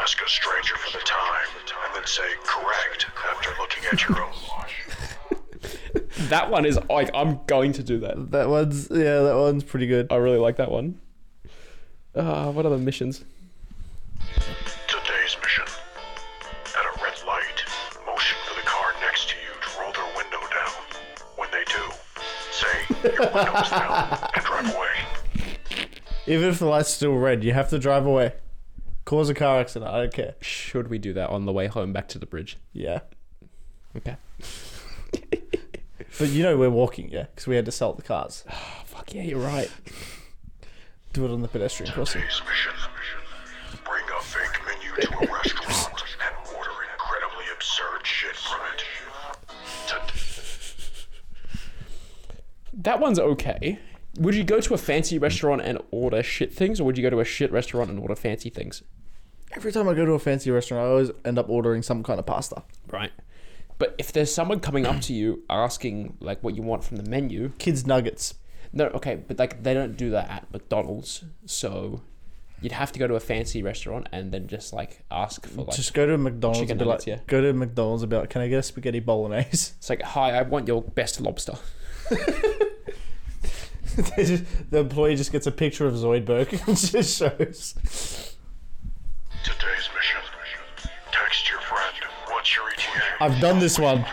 Speaker 4: Ask a stranger for the time, and then say correct after looking at your own watch.
Speaker 2: That one is like I'm going to do that.
Speaker 1: That one's yeah. That one's pretty good.
Speaker 2: I really like that one. Uh, what other missions?
Speaker 4: Today's mission. At a red light, motion for the car next to you to roll their window down. When they do, say, your window's down, and drive away.
Speaker 1: Even if the light's still red, you have to drive away. Cause a car accident. I don't care.
Speaker 2: Should we do that on the way home back to the bridge?
Speaker 1: Yeah.
Speaker 2: Okay.
Speaker 1: But you know we're walking, yeah, because we had to sell the cars.
Speaker 2: Fuck yeah, you're right.
Speaker 1: Do it on the pedestrian crossing.
Speaker 4: Today's mission. Bring a fake menu to a restaurant and order incredibly absurd shit from it. Tod-
Speaker 2: That one's okay. Would you go to a fancy restaurant and order shit things, or would you go to a shit restaurant and order fancy things?
Speaker 1: Every time I go to a fancy restaurant, I always end up ordering some kind of pasta.
Speaker 2: Right. But if there's someone coming up to you asking like what you want from the menu,
Speaker 1: Kids nuggets.
Speaker 2: no, okay, but like they don't do that at McDonald's, so you'd have to go to a fancy restaurant and then just like ask for like
Speaker 1: Just go to McDonald's
Speaker 2: Chicken
Speaker 1: and be
Speaker 2: nuggets,
Speaker 1: like,
Speaker 2: yeah.
Speaker 1: go to McDonald's and be like, can I get a spaghetti bolognese?
Speaker 2: it's like hi, I want your best lobster.
Speaker 1: They just- the employee just gets a picture of Zoidberg and just shows.
Speaker 4: Today's mission. Text your friend what's your ETA,
Speaker 1: I've done this one.
Speaker 4: and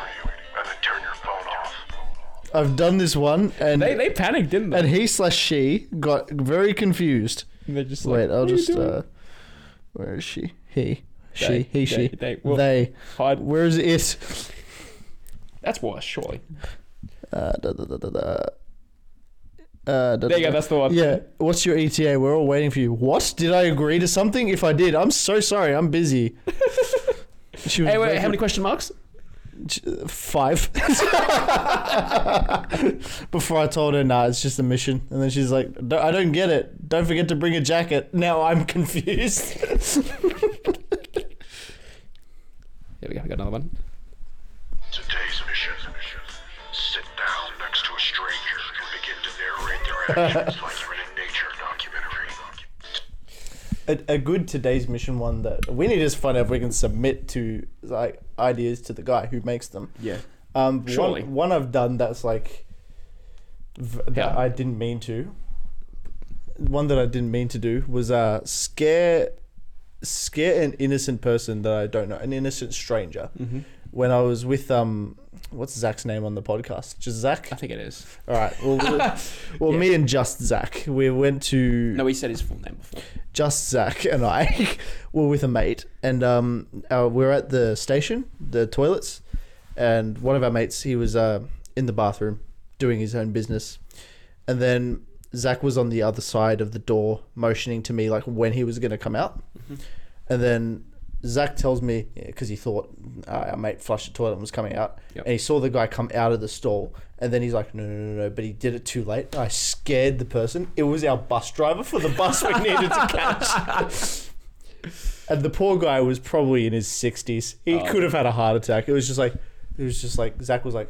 Speaker 4: then turn your phone off.
Speaker 1: I've done this one, and
Speaker 2: They they panicked, didn't
Speaker 1: and
Speaker 2: they?
Speaker 1: he slash she got very confused.
Speaker 2: They're just like,
Speaker 1: Wait, I'll
Speaker 2: "What are you
Speaker 1: just.
Speaker 2: doing?"
Speaker 1: Uh, where is she? He. She,
Speaker 2: They-
Speaker 1: he, she,
Speaker 2: they- they- well-
Speaker 1: they.
Speaker 2: hide.
Speaker 1: Where is it?
Speaker 2: That's worse, surely.
Speaker 1: Uh, da, da, da, da, da. Uh,
Speaker 2: There you go. That's the one.
Speaker 1: Yeah. What's your ETA? We're all waiting for you. What? Did I agree to something? If I did, I'm so sorry. I'm busy. She was
Speaker 2: Hey, wait,
Speaker 1: very- uh,
Speaker 2: how many question marks?
Speaker 1: Five. Before I told her, nah, it's just a mission. And then she's like, "D- I don't get it. Don't forget to bring a jacket. Now I'm confused.
Speaker 2: There we go. I got another one.
Speaker 4: Today's mission. Sit down next to a stranger and begin to narrate their actions like you're in a nature documentary.
Speaker 1: a, a good today's mission one that we need to just find out if we can submit to like ideas to the guy who makes them.
Speaker 2: Yeah.
Speaker 1: Um,
Speaker 2: Surely.
Speaker 1: One, one I've done that's like v- that
Speaker 2: Yeah.
Speaker 1: I didn't mean to. One that I didn't mean to do was uh, scare scare an innocent person that I don't know, an innocent stranger.
Speaker 2: Mm-hmm.
Speaker 1: When I was with um, what's Zach's name on the podcast? Just Zach.
Speaker 2: I think it is.
Speaker 1: All right. Well, well, well, me and just Zach, we went to
Speaker 2: No, he said his full name before.
Speaker 1: just Zach and I were with a mate, and um, uh, we were at the station, the toilets, and one of our mates he was uh, in the bathroom doing his own business, and then Zach was on the other side of the door, motioning to me like when he was going to come out, and then. Zach tells me because he thought uh, our mate flushed the toilet and was coming out,
Speaker 2: Yep.
Speaker 1: and he saw the guy come out of the stall, and then he's like, "No, no, no, no!" But he did it too late. I scared the person. It was our bus driver for the bus we needed to and the poor guy was probably in his sixties. He
Speaker 2: Oh.
Speaker 1: could have had a heart attack. It was just like, it was just like Zach was like,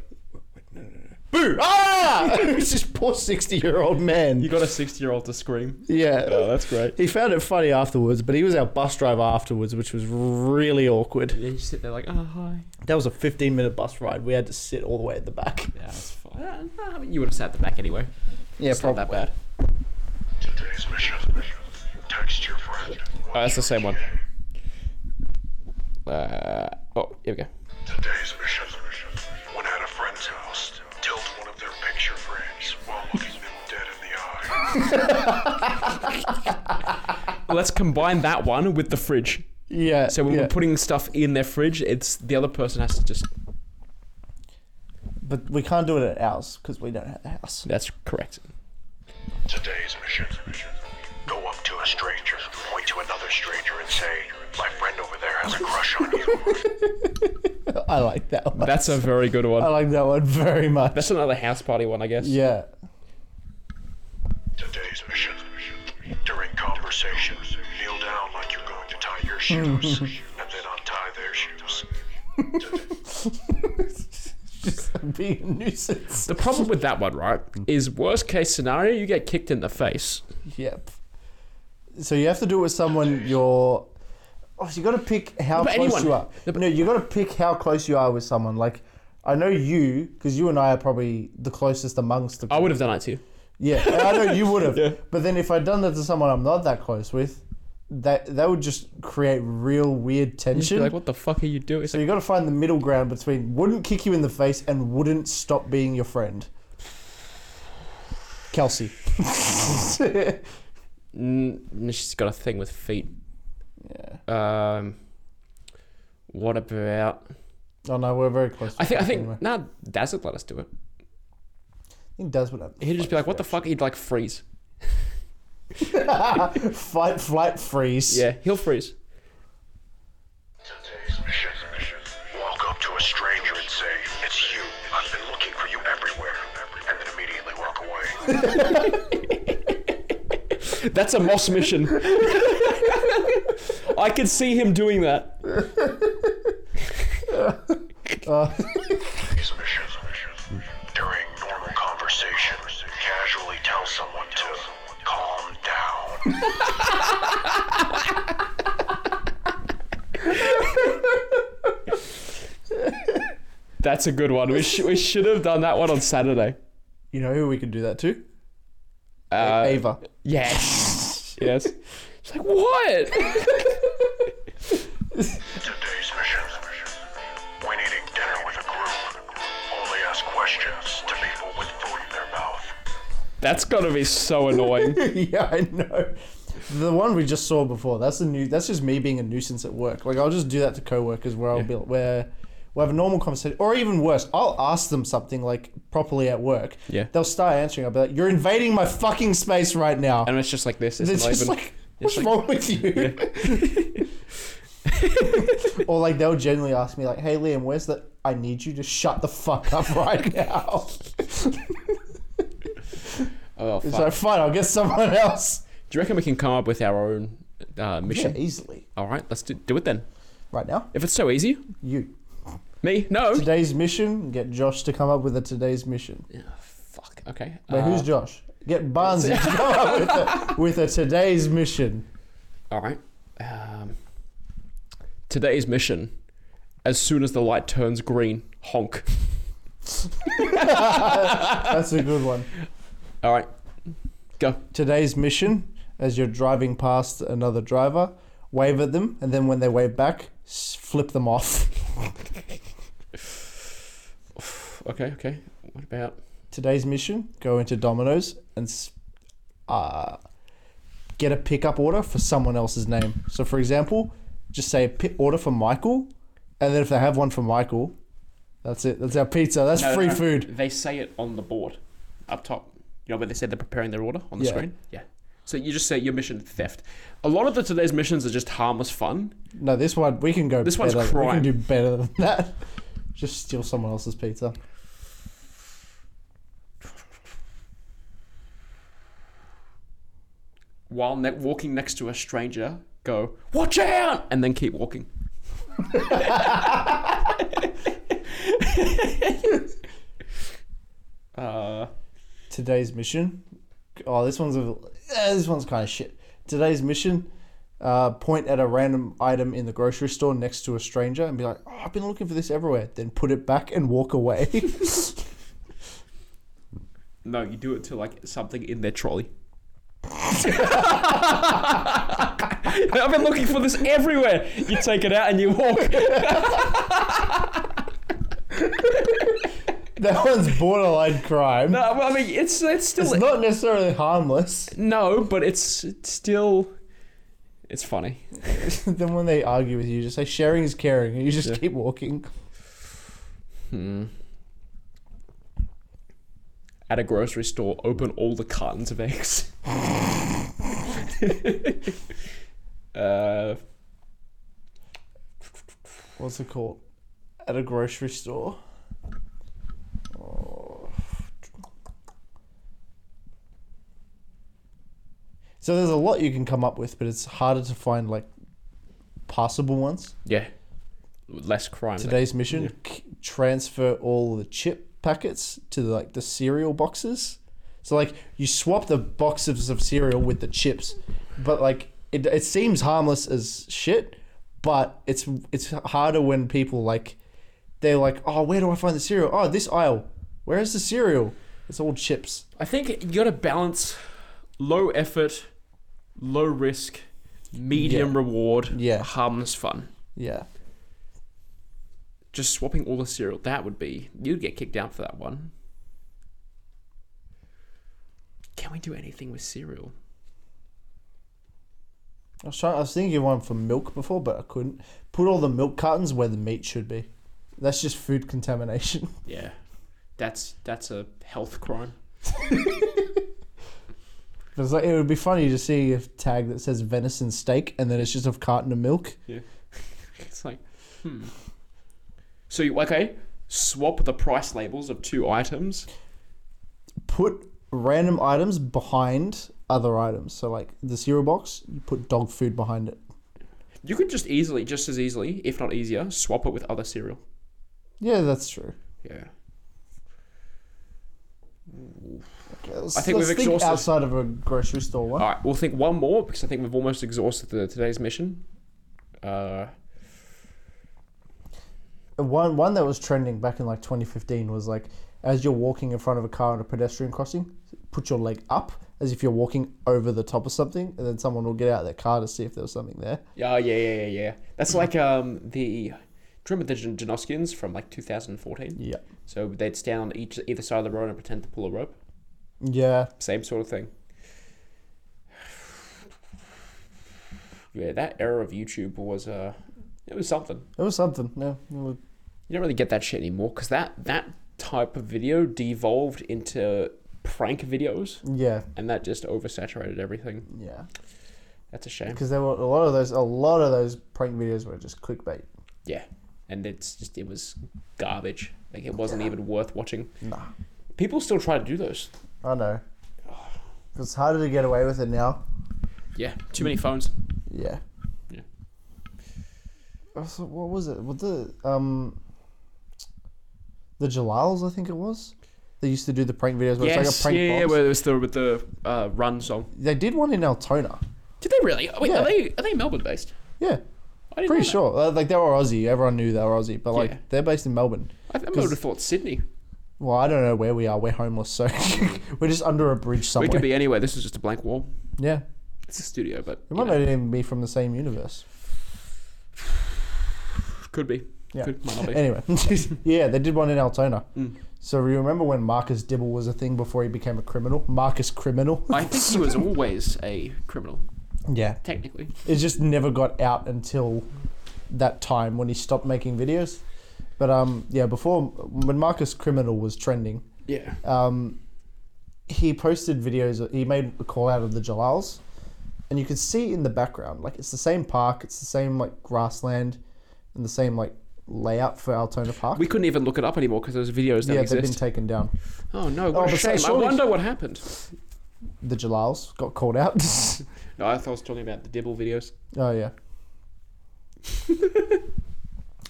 Speaker 1: no, no, no, no. "Boo! Ah!" it was just poor sixty-year-old man.
Speaker 2: You got a 60 year old to scream. Oh,
Speaker 1: yeah,
Speaker 2: that's great.
Speaker 1: he found it funny afterwards, but he was our bus driver afterwards, which was really awkward.
Speaker 2: Then you sit there like, oh, hi.
Speaker 1: That was a fifteen-minute bus ride. We had to sit all the way at the back.
Speaker 2: Yeah, that's fine. Uh, no, I mean, you would have sat at the back anyway.
Speaker 1: Yeah,
Speaker 2: It's not that bad.
Speaker 4: Today's mission. Text your friend.
Speaker 2: Oh, that's the same one. Uh, oh, here we go.
Speaker 4: Today's mission. One at a friend's house. Tilt one of their picture frames while looking them dead in the eye.
Speaker 2: Let's combine that one with the fridge.
Speaker 1: Yeah.
Speaker 2: So when
Speaker 1: yeah.
Speaker 2: we're putting stuff in their fridge, it's the other person has to just.
Speaker 1: but we can't do it at ours because we don't have the house.
Speaker 2: That's correct.
Speaker 4: Today's mission. Go up to a stranger, point to another stranger, and say, "My friend over there has a crush on you."
Speaker 1: I like that one.
Speaker 2: That's a very good
Speaker 1: I
Speaker 2: one.
Speaker 1: like that one very much.
Speaker 2: That's another house party one, I guess.
Speaker 1: yeah.
Speaker 4: Today's mission. During conversation, kneel down like you're going to tie your shoes, and then untie their shoes.
Speaker 1: Just being a nuisance.
Speaker 2: The problem with that one, right, is worst case scenario, you get kicked in the face.
Speaker 1: Yep. So you have to do it with someone you're. Oh, you got to pick how
Speaker 2: but
Speaker 1: close
Speaker 2: anyone-
Speaker 1: you are.
Speaker 2: no, but-
Speaker 1: No, you got to pick how close you are with someone. Like, I know you because you and I are probably the closest amongst the.
Speaker 2: I would have done it to you.
Speaker 1: Yeah, and I know you would have. But then if I'd done that to someone I'm not that close with, that that would just create real weird
Speaker 2: Just be
Speaker 1: tension.
Speaker 2: like, what the fuck are you doing? It's
Speaker 1: so you got to find the middle ground between wouldn't kick you in the face and wouldn't stop being your friend. Kelsey.
Speaker 2: Mm, and she's got a thing with feet. Yeah. Um, what about?
Speaker 1: Oh no, we're very close.
Speaker 2: I think I think
Speaker 1: anyway.
Speaker 2: nah, Daz would let us do it.
Speaker 1: I think Daz would have.
Speaker 2: He'd just be like, "What the fuck?" He'd like freeze.
Speaker 1: Fight, flight, freeze.
Speaker 2: Yeah, he'll freeze.
Speaker 4: Today's mission. Walk up to a stranger and say, It's you. I've been looking for you everywhere. And then immediately walk away.
Speaker 2: That's a Moss mission. I could see him doing that.
Speaker 4: Today's mission. During normal conversation, casually tell someone to calm down.
Speaker 2: That's a good one. We, sh- we should have done that one on Saturday.
Speaker 1: You know who we could do that to?
Speaker 2: Uh,
Speaker 1: Ava.
Speaker 2: Yes. yes. It's like what?
Speaker 4: Today's mission. When eating dinner with a group, only ask questions to people with food in their mouth.
Speaker 2: That's gotta be so annoying.
Speaker 1: yeah, I know. The one we just saw before. That's a new. That's just me being a nuisance at work. Like I'll just do that to coworkers where I'll be where we'll have a normal conversation, or even worse, I'll ask them something like properly at work.
Speaker 2: Yeah.
Speaker 1: They'll start answering. I'll be like, "You're invading my fucking space right now."
Speaker 2: And it's just like this.
Speaker 1: It's
Speaker 2: It's not
Speaker 1: just
Speaker 2: even-
Speaker 1: like, what's
Speaker 2: like-
Speaker 1: wrong with you? or like they'll generally ask me like, "Hey Liam, where's the? I need you to shut the fuck up right now."
Speaker 2: oh fuck.
Speaker 1: so fine, I'll get someone else.
Speaker 2: Do you reckon we can come up with our own uh,
Speaker 1: Yeah,
Speaker 2: mission?
Speaker 1: easily.
Speaker 2: All right, let's do, do it then.
Speaker 1: Right now,
Speaker 2: If it's so easy,
Speaker 1: you.
Speaker 2: me no.
Speaker 1: Today's mission. Get Josh to come up with a today's mission.
Speaker 2: Fuck. Okay.
Speaker 1: Wait,
Speaker 2: uh,
Speaker 1: who's Josh? Get Barnsley to come up with a, with a today's mission.
Speaker 2: All right. Um, today's mission: as soon as the light turns green, honk.
Speaker 1: That's a good one.
Speaker 2: All right, go.
Speaker 1: Today's mission: as you're driving past another driver, wave at them, and then when they wave back, s- flip them off.
Speaker 2: Okay, okay. What about?
Speaker 1: Today's mission: go into Domino's and s- uh, get a pickup order for someone else's name. So, for example, just say pi order for Michael, and then if they have one for Michael, that's it. That's our pizza. That's free food.
Speaker 2: Uh, They say it on the board, up top. You know where they said they're preparing their order on the
Speaker 1: Yeah.
Speaker 2: screen. Yeah. So you just say your mission theft. A lot of the today's missions are just harmless fun.
Speaker 1: No, this one we can go.
Speaker 2: This one's
Speaker 1: better. We can
Speaker 2: crime.
Speaker 1: do better than that. Just steal someone else's pizza.
Speaker 2: While ne- walking next to a stranger, go watch out, and then keep walking. uh,
Speaker 1: Today's mission. Oh, this one's a, eh, this one's kind of shit. Today's mission. Uh, point at a random item in the grocery store next to a stranger and be like, oh, "I've been looking for this everywhere." Then put it back and walk away.
Speaker 2: no, you do it to like something in their trolley. I've been looking for this everywhere. You take it out and you walk.
Speaker 1: that one's borderline crime.
Speaker 2: No, well, I mean it's it's still
Speaker 1: it's not necessarily harmless.
Speaker 2: no, but it's, it's still it's funny.
Speaker 1: then when they argue with you, just say sharing is caring, and you just keep walking.
Speaker 2: At a grocery store, open all the cartons of eggs. uh,
Speaker 1: what's it called? At a grocery store. Oh. So there's a lot you can come up with, but it's harder to find like passable ones.
Speaker 2: yeah, less crime. though.
Speaker 1: Today's mission: c- transfer all the chip packets to like the cereal boxes. So like you swap the boxes of cereal with the chips, but like it, it seems harmless as shit, but it's it's harder when people like they're like, oh, where do I find the cereal? Oh, this aisle. Where is the cereal? It's all chips.
Speaker 2: I think you got to balance low effort, low risk, medium
Speaker 1: Yeah.
Speaker 2: reward,
Speaker 1: Yeah.
Speaker 2: harmless fun.
Speaker 1: Yeah.
Speaker 2: Just swapping all the cereal that would be you'd get kicked out for that one. Can we do anything with cereal?
Speaker 1: I was trying. I was thinking of one for milk before, but I couldn't. Put all the milk cartons where the meat should be. That's just food contamination.
Speaker 2: Yeah, that's that's a health crime.
Speaker 1: But it's like it would be funny to see a tag that says venison steak and then it's just a carton of milk.
Speaker 2: Yeah, it's like, hmm. So you okay? Swap the price labels of two items.
Speaker 1: Put random items behind other items. So like the cereal box, you put dog food behind it.
Speaker 2: You could just easily, just as easily, if not easier, swap it with other cereal.
Speaker 1: Yeah, that's true.
Speaker 2: Yeah.
Speaker 1: Okay, let's,
Speaker 2: I think
Speaker 1: let's
Speaker 2: we've
Speaker 1: think
Speaker 2: exhausted-
Speaker 1: outside of a grocery store one.
Speaker 2: All right, we'll think one more because I think we've almost exhausted the, today's mission. Uh,
Speaker 1: One one that was trending back in like 2015 was like as you're walking in front of a car on a pedestrian crossing, put your leg up as if you're walking over the top of something, and then someone will get out of their car to see if there was something there.
Speaker 2: yeah, yeah, yeah, yeah, yeah. That's like um the. Do you remember the Jan- Janoskians from like 2014?
Speaker 1: Yeah.
Speaker 2: So they'd stand on each either side of the road and pretend to pull a rope.
Speaker 1: Yeah.
Speaker 2: Same sort of thing. Yeah, that era of YouTube was uh, it was something.
Speaker 1: It was something. Yeah. it was-
Speaker 2: You don't really get that shit anymore because that that type of video devolved into prank videos,
Speaker 1: Yeah.
Speaker 2: and that just oversaturated everything.
Speaker 1: Yeah.
Speaker 2: That's a shame.
Speaker 1: because there were a lot of those a lot of those prank videos were just clickbait
Speaker 2: Yeah, and it's just it was garbage. Like it wasn't even worth watching.
Speaker 1: nah
Speaker 2: People still try to do those.
Speaker 1: i know it's harder to get away with it now
Speaker 2: Yeah, too many phones.
Speaker 1: yeah
Speaker 2: Yeah.
Speaker 1: also, what was it what the um the jalals i think it was they used to do the prank videos where
Speaker 2: yes,
Speaker 1: it's like a prank
Speaker 2: yeah, yeah,
Speaker 1: box.
Speaker 2: where it was the with the uh, run song.
Speaker 1: they did one in altona
Speaker 2: Did they they really? Wait,
Speaker 1: Yeah.
Speaker 2: are they are they Melbourne based?
Speaker 1: Yeah.
Speaker 2: I didn't
Speaker 1: Pretty
Speaker 2: know that.
Speaker 1: sure. Uh, Like they were Aussie. Everyone knew they were Aussie, but like
Speaker 2: Yeah.
Speaker 1: they're based in Melbourne.
Speaker 2: I, I would have thought Sydney.
Speaker 1: Well, I don't know where we are. We're homeless, so we're just under a bridge
Speaker 2: We
Speaker 1: somewhere.
Speaker 2: could be anywhere. This is just a blank wall.
Speaker 1: yeah.
Speaker 2: It's a studio, but
Speaker 1: We
Speaker 2: you
Speaker 1: might
Speaker 2: know,
Speaker 1: not even be from the same universe.
Speaker 2: could be.
Speaker 1: Yeah.
Speaker 2: Could, might not be.
Speaker 1: Anyway, yeah, they did one in Altona.
Speaker 2: Mm.
Speaker 1: So you remember when Marcus Dibble was a thing before he became a criminal? Marcus Criminal.
Speaker 2: I think he was always a criminal,
Speaker 1: yeah,
Speaker 2: technically.
Speaker 1: it just never got out until that time when he stopped making videos. But um, yeah, before when Marcus Criminal was trending,
Speaker 2: Yeah.
Speaker 1: um, he posted videos. He made a call out of the Jalals, and you could see in the background, like it's the same park, it's the same like grassland, and the same like layout for Altona Park.
Speaker 2: we couldn't even look it up anymore because those videos don't
Speaker 1: yeah, they've been
Speaker 2: exist.
Speaker 1: taken down.
Speaker 2: oh no, what
Speaker 1: Oh,
Speaker 2: a
Speaker 1: but so
Speaker 2: shame. I
Speaker 1: surely-
Speaker 2: wonder what happened.
Speaker 1: The Jalals got called out.
Speaker 2: No, I thought I was talking about the Dibble videos.
Speaker 1: oh yeah.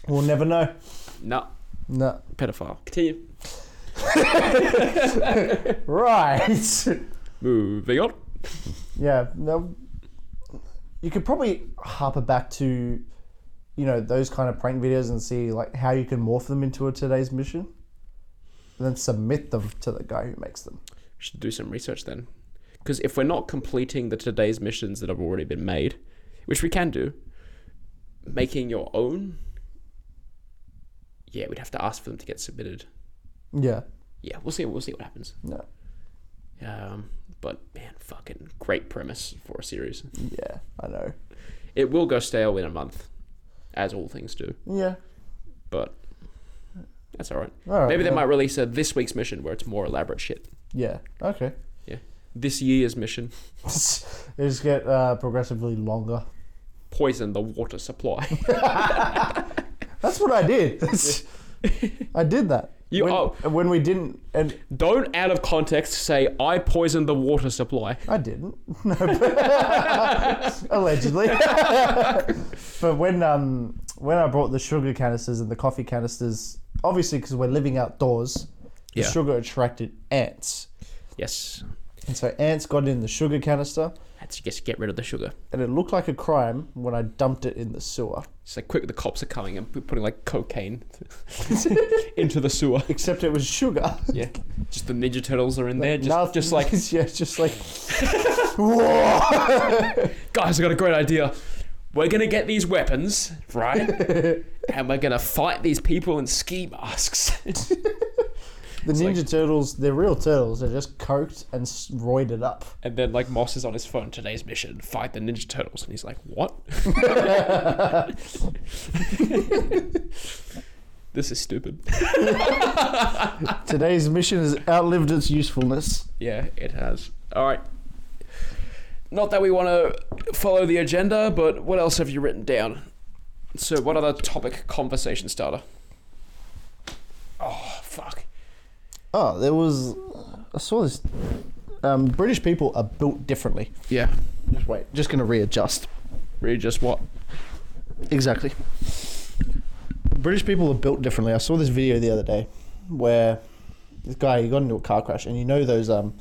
Speaker 1: we'll never know.
Speaker 2: No,
Speaker 1: No.
Speaker 2: pedophile. Continue.
Speaker 1: Right.
Speaker 2: Moving on.
Speaker 1: yeah. No. You could probably harper back to, you know, those kind of prank videos and see like how you can morph them into a today's mission, and then submit them to the guy who makes them.
Speaker 2: should do some research then. Because if we're not completing the today's missions that have already been made, which we can do, making your own, yeah, we'd have to ask for them to get submitted.
Speaker 1: Yeah.
Speaker 2: Yeah, we'll see. We'll see what happens.
Speaker 1: No.
Speaker 2: Um, but man, fucking great premise for a series.
Speaker 1: Yeah. I know.
Speaker 2: It will go stale in a month, as all things do.
Speaker 1: Yeah.
Speaker 2: But that's all right.
Speaker 1: All right,
Speaker 2: Maybe they
Speaker 1: yeah.
Speaker 2: might release a this week's mission where it's more elaborate shit.
Speaker 1: Yeah. Okay.
Speaker 2: Yeah, this year's mission:
Speaker 1: they just get uh, progressively longer.
Speaker 2: poison the water supply.
Speaker 1: That's what I did. I did that.
Speaker 2: You-
Speaker 1: when,
Speaker 2: oh.
Speaker 1: when we didn't, and
Speaker 2: Don't out of context say I poisoned the water supply.
Speaker 1: I didn't. No, but- allegedly. but when um when I brought the sugar canisters and the coffee canisters, obviously because we're living outdoors, the
Speaker 2: Yeah.
Speaker 1: sugar attracted ants,
Speaker 2: Yes.
Speaker 1: and so ants got in the sugar canister,
Speaker 2: Let's just get rid of the sugar.
Speaker 1: and it looked like a crime when I dumped it in the sewer.
Speaker 2: It's like quick the cops are coming and p- putting like cocaine into the sewer.
Speaker 1: Except it was sugar.
Speaker 2: Yeah. Just the ninja turtles are in there, just,
Speaker 1: Nothing-
Speaker 2: just like
Speaker 1: yeah, just like whoa.
Speaker 2: guys, I got a great idea. We're gonna get these weapons, right? and we're gonna fight these people in ski masks.
Speaker 1: The Ninja Turtles, they're real turtles. They're just coked and s- roided up.
Speaker 2: and then like Moss is on his phone, today's mission, fight the ninja turtles, and he's like, What? this is stupid.
Speaker 1: Today's mission has outlived its usefulness.
Speaker 2: Yeah, it has. All right. Not that we want to follow the agenda, but what else have you written down? So, what other topic conversation starter? Oh, fuck.
Speaker 1: Oh, there was. I saw this. Um, British people are built differently.
Speaker 2: Yeah.
Speaker 1: Just wait, just gonna readjust.
Speaker 2: Really, just what?
Speaker 1: Exactly. British people are built differently. I saw this video the other day where this guy he got into a car crash, and you know those um,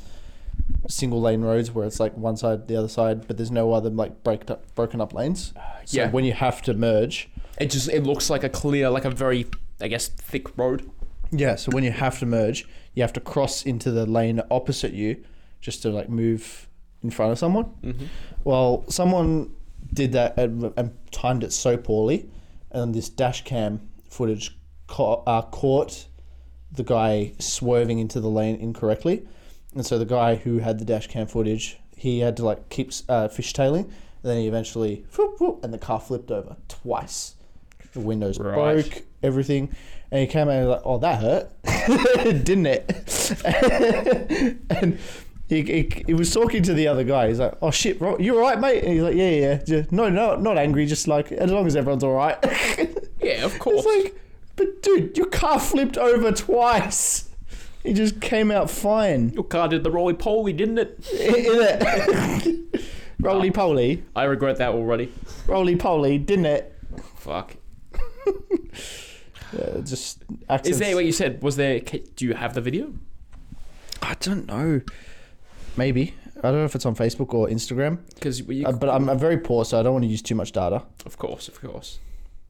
Speaker 1: single lane roads where it's like one side, the other side, but there's no other like break up, broken up lanes. So
Speaker 2: yeah.
Speaker 1: when you have to merge,
Speaker 2: It just it looks like a clear, like a very, I guess, thick road.
Speaker 1: Yeah, so when you have to merge, you have to cross into the lane opposite you just to like move in front of someone. Mm-hmm. Well, someone did that and, and timed it so poorly, and this dash cam footage caught, uh, caught the guy swerving into the lane incorrectly. And so the guy who had the dash cam footage, he had to like keep uh, fishtailing, and then he eventually, whoop, whoop, and the car flipped over twice. The windows
Speaker 2: Right.
Speaker 1: broke, everything, and he came out and was like, "Oh, that hurt, didn't it?" and he, he, he was talking to the other guy. He's like, "Oh shit, Rob, you all right, mate?" And he's like, "Yeah, yeah, yeah. Just- no, no, not angry. Just like as long as everyone's all right."
Speaker 2: Yeah, of course.
Speaker 1: It's like, but dude, your car flipped over twice. It just came out fine.
Speaker 2: Your car did the roly poly, didn't it?
Speaker 1: Roly poly,
Speaker 2: I regret that already.
Speaker 1: roly poly, didn't it?
Speaker 2: Fuck.
Speaker 1: Yeah, Uh, just accents.
Speaker 2: Is there what you said? Was there? ca- Do you have the video?
Speaker 1: I don't know. Maybe. I don't know if it's on Facebook or Instagram,
Speaker 2: Because you,
Speaker 1: uh, but I'm, I'm very poor, so I don't want to use too much data.
Speaker 2: Um, of course, of course,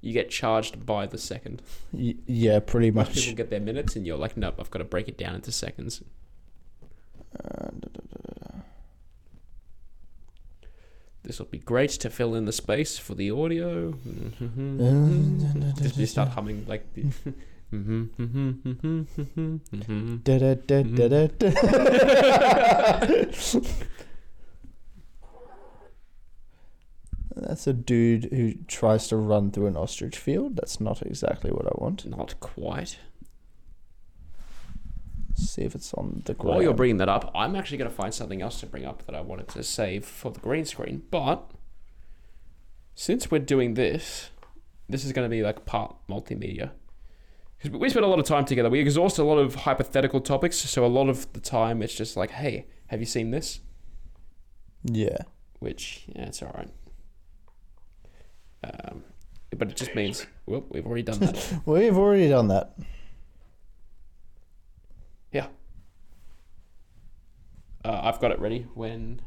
Speaker 2: you get charged by the second.
Speaker 1: Y- yeah, pretty
Speaker 2: Most
Speaker 1: much.
Speaker 2: people get their minutes, and you're like, nope, I've got to break it down into seconds. This will be great to fill in the space for the audio. Just you start humming like. The Mm-hmm,
Speaker 1: Da, da, da, da, da, da. That's a dude who tries to run through an ostrich field. That's not exactly what I want.
Speaker 2: Not quite.
Speaker 1: see if it's on the ground.
Speaker 2: While you're bringing that up, I'm actually going to find something else to bring up that I wanted to save for the green screen. But since we're doing this, this is going to be like part multimedia. Because we spent a lot of time together. We exhaust a lot of hypothetical topics. So a lot of the time, it's just like, hey, have you seen this?
Speaker 1: yeah.
Speaker 2: Which, yeah, it's all right. Um, but it just means, well, we've already done that.
Speaker 1: We've already done that.
Speaker 2: Yeah. Uh, I've got it ready when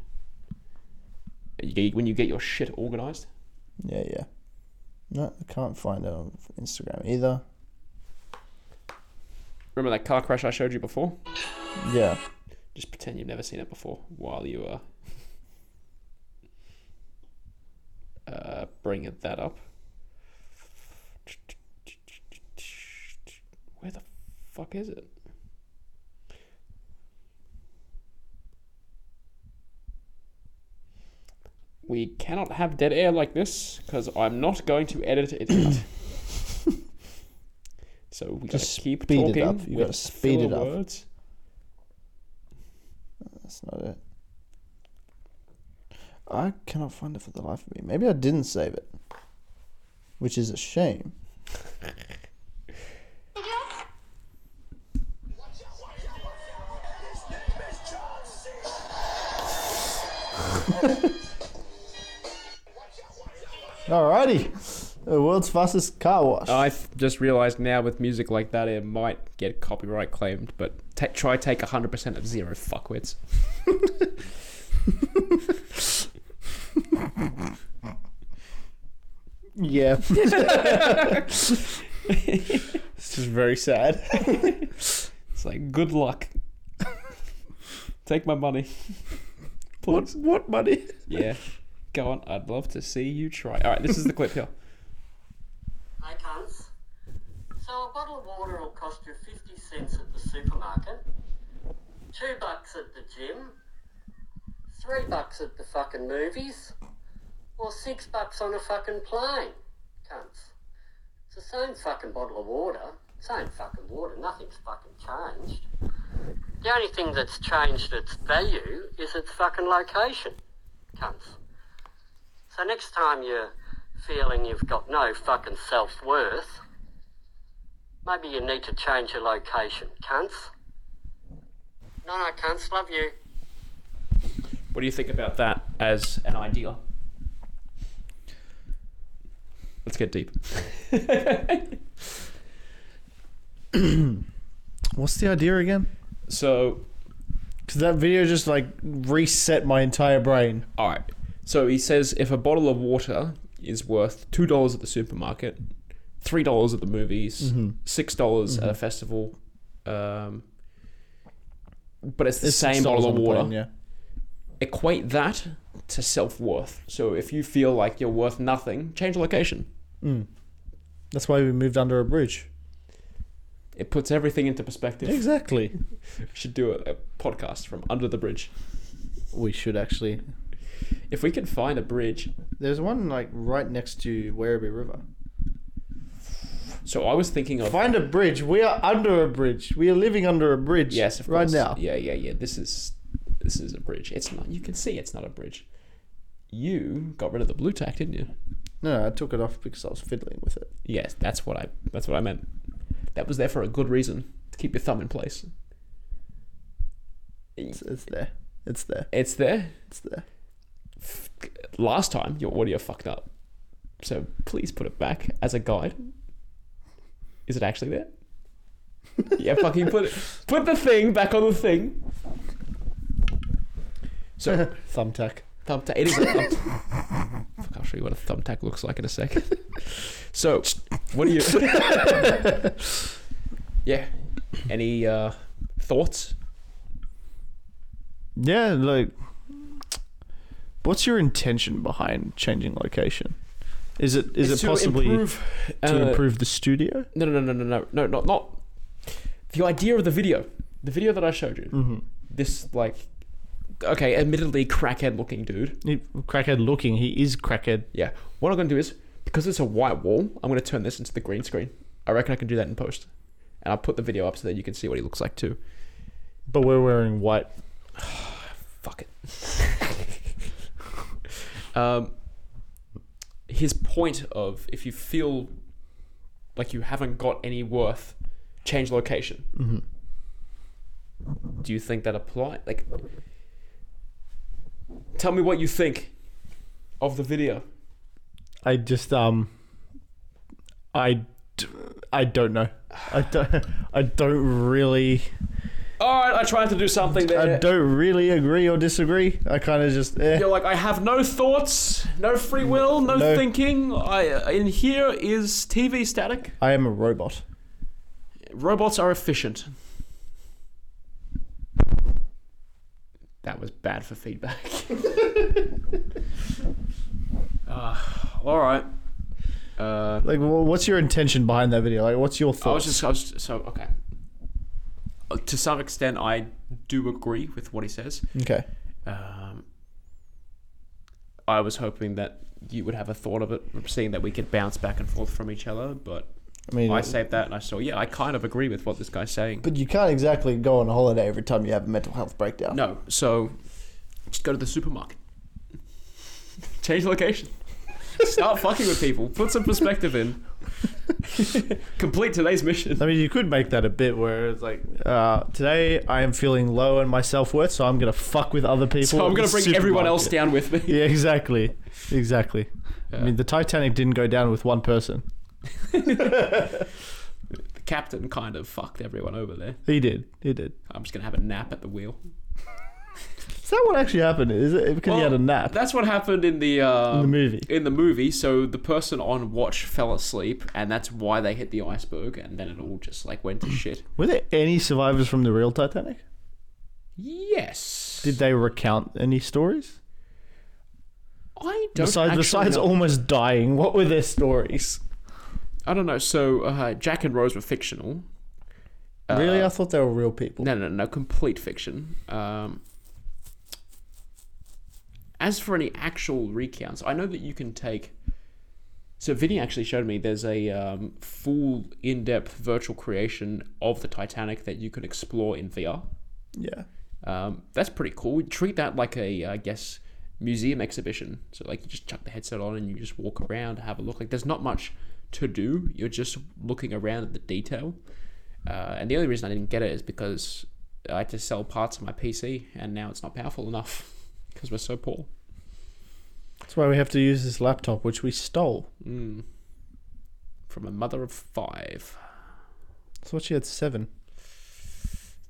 Speaker 2: you get, when you get your shit organized.
Speaker 1: Yeah, yeah. No, I can't find it on Instagram either.
Speaker 2: Remember that car crash I showed you before?
Speaker 1: Yeah.
Speaker 2: Just pretend you've never seen it before while you are uh, bringing that up. Where the fuck is it? We cannot have dead air like this because I'm not going to edit it out. so we gotta
Speaker 1: Just
Speaker 2: keep
Speaker 1: speed it
Speaker 2: talking.
Speaker 1: up. You gotta
Speaker 2: with
Speaker 1: speed it
Speaker 2: filler
Speaker 1: up.
Speaker 2: Words.
Speaker 1: That's not it. I cannot find it for the life of me. Maybe I didn't save it, which is a shame. Alrighty, the world's fastest car wash.
Speaker 2: I've just realized now with music like that, it might get copyright claimed, but ta try take 100% of zero fuckwits.
Speaker 1: yeah, it's just very sad.
Speaker 2: It's like, good luck. take my money.
Speaker 1: What? What money?
Speaker 2: Yeah. Go on. I'd love to see you try. All right, this is the clip here.
Speaker 5: Hey cunts. So a bottle of water will cost you 50 cents at the supermarket, two bucks at the gym, three bucks at the fucking movies, or six bucks on a fucking plane. Cunts. It's the same fucking bottle of water, same fucking water, nothing's fucking changed. The only thing that's changed its value is its fucking location. Cunts. So next time you're feeling you've got no fucking self worth, maybe you need to change your location, cunts. No, no, cunts, love you.
Speaker 2: What do you think about that as an idea? Let's get deep.
Speaker 1: What's the idea again?
Speaker 2: So,
Speaker 1: Because that video just like reset my entire brain.
Speaker 2: All right. So he says if a bottle of water is worth two dollars at the supermarket, three dollars at the movies, six dollars at a festival, um, but it's the same bottle of water.
Speaker 1: yeah.
Speaker 2: Equate that to self worth. So if you feel like you're worth nothing, change location.
Speaker 1: That's why we moved under a bridge.
Speaker 2: It puts everything into perspective.
Speaker 1: Exactly.
Speaker 2: We should do a, a podcast from under the bridge.
Speaker 1: we should actually.
Speaker 2: If we can find a bridge.
Speaker 1: There's one like right next to Werribee River.
Speaker 2: So I was thinking of
Speaker 1: Find a bridge. We are under a bridge. We are living under a bridge.
Speaker 2: Yes, of
Speaker 1: right
Speaker 2: course.
Speaker 1: now.
Speaker 2: Yeah, yeah, yeah. This is this is a bridge. It's not. You can see it's not a bridge. You got rid of the blue tack, didn't you?
Speaker 1: No, no, I took it off because I was fiddling with it.
Speaker 2: Yes, that's what I that's what I meant. That was there for a good reason to keep your thumb in place.
Speaker 1: It's, it's there. It's there.
Speaker 2: It's there.
Speaker 1: It's there.
Speaker 2: Last time your audio fucked up, so please put it back as a guide. Is it actually there? yeah, fucking put it. Put the thing back on the thing. So
Speaker 6: Thumbtack.
Speaker 2: thumbtack. It is a thumbtack. Fuck, I'll show you what a thumbtack looks like in a sec. So, what do you? yeah. Any uh, thoughts?
Speaker 1: Yeah, like, what's your intention behind changing location? Is it is
Speaker 2: It's
Speaker 1: it possibly
Speaker 2: improve,
Speaker 1: to
Speaker 2: uh,
Speaker 1: improve the studio?
Speaker 2: No, no, no, no, no, no, not not the idea of the video. The video that I showed you. This like, okay, admittedly crackhead looking dude.
Speaker 1: He- Crackhead looking, he is crackhead.
Speaker 2: Yeah. What I'm gonna do is because it's a white wall, I'm gonna turn this into the green screen. I reckon I can do that in post, and I'll put the video up so that you can see what he looks like too.
Speaker 1: But we're wearing white.
Speaker 2: Fuck it. um, his point of if you feel like you haven't got any worth, change location.
Speaker 1: Mm-hmm.
Speaker 2: Do you think that apply? Like, tell me what you think of the video.
Speaker 1: I just um, I, d- I don't know. I don't. I don't really.
Speaker 2: All right, I tried to do something there.
Speaker 1: I don't really agree or disagree. I kind of just. Eh.
Speaker 2: You're like, I have no thoughts, no free will, no,
Speaker 1: No.
Speaker 2: thinking. I in here is TV static.
Speaker 1: I am a robot.
Speaker 2: Robots are efficient. That was bad for feedback. uh, all right. Uh,
Speaker 1: Like, wh- what's your intention behind that video? Like, what's your
Speaker 2: I was
Speaker 1: thoughts?
Speaker 2: just, I was so okay. Uh, To some extent, I do agree with what he says.
Speaker 1: okay.
Speaker 2: Um, I was hoping that you would have a thought of it, seeing that we could bounce back and forth from each other. But
Speaker 1: I mean,
Speaker 2: I saved that, and I saw, yeah, I kind of agree with what this guy's saying.
Speaker 6: But you can't exactly go on holiday every time you have a mental health breakdown.
Speaker 2: No, so just go to the supermarket. Change location. Start fucking with people. Put some perspective in. Complete today's mission.
Speaker 1: I mean, you could make that a bit where it's like, uh, today I am feeling low in my self worth, so I'm gonna fuck with other people.
Speaker 2: So I'm
Speaker 1: at
Speaker 2: gonna
Speaker 1: the
Speaker 2: bring everyone else
Speaker 1: supermarket.
Speaker 2: down with me.
Speaker 1: Yeah, exactly, exactly. I
Speaker 2: Yeah.
Speaker 1: mean, the Titanic didn't go down with one person.
Speaker 2: The captain kind of fucked everyone over there.
Speaker 1: He did. He did.
Speaker 2: I'm just gonna have a nap at the wheel.
Speaker 1: Is that what actually happened? Is it because he
Speaker 2: Well,
Speaker 1: had a nap?
Speaker 2: That's what happened in the uh,
Speaker 1: In the movie.
Speaker 2: In the movie, so the person on watch fell asleep, and that's why they hit the iceberg, and then it all just like went to shit.
Speaker 1: Were there any survivors from the real Titanic?
Speaker 2: Yes.
Speaker 1: Did they recount any stories?
Speaker 2: I don't
Speaker 1: Besides,
Speaker 2: actually
Speaker 1: besides
Speaker 2: know.
Speaker 1: almost dying, what were their stories?
Speaker 2: I don't know. So uh, Jack and Rose were fictional.
Speaker 6: Really? I thought they were real people.
Speaker 2: Uh, No, no, no, complete fiction. Um, as for any actual recounts, I know that you can take. So Vinny actually showed me there's a um, full in-depth virtual creation of the Titanic that you can explore in VR.
Speaker 1: Yeah.
Speaker 2: Um, that's pretty cool. We treat that like a, I guess, museum exhibition. So like you just chuck the headset on and you just walk around, have a look. Like there's not much to do. You're just looking around at the detail. Uh, and the only reason I didn't get it is because I had to sell parts of my PC, and now it's not powerful enough because we're so poor.
Speaker 1: That's why we have to use this laptop, which we stole.
Speaker 2: Mm. From a mother of five,
Speaker 1: I thought she had seven.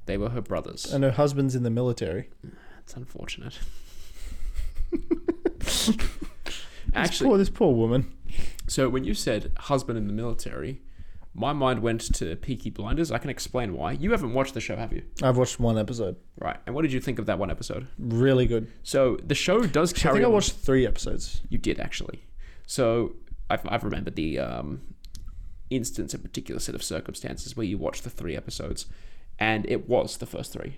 Speaker 2: they were her brothers.
Speaker 1: And her husband's in the military.
Speaker 2: That's unfortunate.
Speaker 1: Actually, this poor woman.
Speaker 2: So when you said husband in the military, my mind went to Peaky Blinders. I can explain why. You haven't watched the show, have you?
Speaker 1: I've watched one episode.
Speaker 2: Right. And what did you think of that one episode?
Speaker 1: Really good.
Speaker 2: So the show does
Speaker 1: I
Speaker 2: carry.
Speaker 1: think I
Speaker 2: on-
Speaker 1: watched three episodes.
Speaker 2: You did actually. So I've I've remembered the um, instance, a particular set of circumstances where you watched the three episodes, and it was the first three.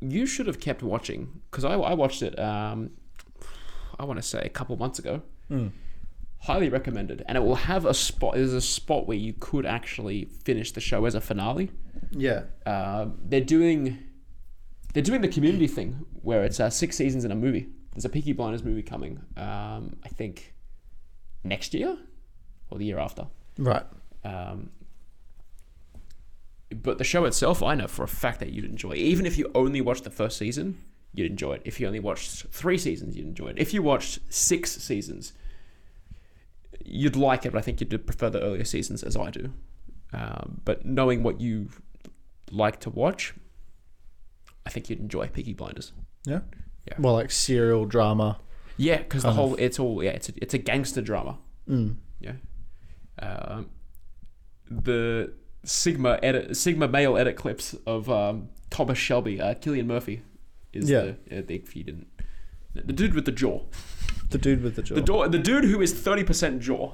Speaker 2: You should have kept watching because I I watched it. Um, I want to say a couple months ago. Highly recommended, and it will have a spot. There's a spot where you could actually finish the show as a finale.
Speaker 6: Yeah.
Speaker 2: Uh, they're doing they're doing the community thing where it's uh, six seasons in a movie. There's a Peaky Blinders movie coming, um, I think, next year or the year after.
Speaker 1: Right.
Speaker 2: Um, but the show itself, I know for a fact that you'd enjoy. Even if you only watched the first season, you'd enjoy it. If you only watched three seasons, you'd enjoy it. If you watched six seasons, you'd like it, but I think you'd prefer the earlier seasons as I do. Um, but knowing what you like to watch, I think you'd enjoy Peaky Blinders.
Speaker 1: Yeah.
Speaker 2: Yeah.
Speaker 1: Well, like serial drama.
Speaker 2: Yeah, because the whole it's all yeah it's a, it's a gangster drama. Mm. Yeah, um, the Sigma edit Sigma male edit clips of um, Thomas Shelby, uh, Killian Murphy, is
Speaker 1: Yeah.
Speaker 2: the, uh, the if you didn't the dude with the jaw,
Speaker 1: The dude with the jaw.
Speaker 2: the door, the dude who is thirty percent jaw.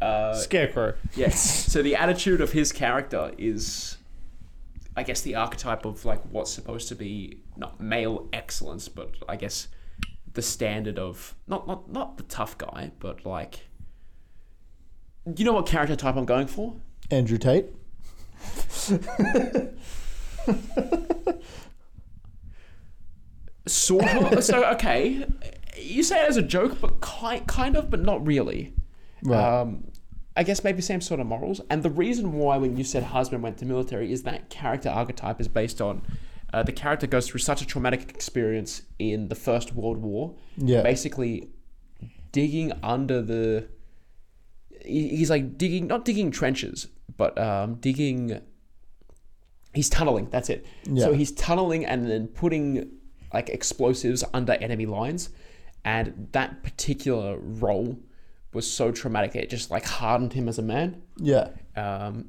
Speaker 1: Uh, Scarecrow.
Speaker 2: Yes. so the attitude of his character is, I guess, the archetype of like what's supposed to be not male excellence, but I guess the standard of not not not the tough guy, but like, you know what character type I'm going for?
Speaker 1: Andrew Tate.
Speaker 2: Sort of. so okay, you say it as a joke, but kind kind of, but not really.
Speaker 1: Right.
Speaker 2: um, I guess maybe same sort of morals. And the reason why, when you said husband went to military, is that character archetype is based on uh, the character goes through such a traumatic experience in the First World War.
Speaker 1: Yeah.
Speaker 2: Basically, digging under the. he- He's like digging, not digging trenches, but um, digging. He's tunneling. That's it. So
Speaker 1: Yeah.
Speaker 2: he's tunneling and then putting like explosives under enemy lines, and that particular role was so traumatic it just like hardened him as a man.
Speaker 1: yeah.
Speaker 2: Um,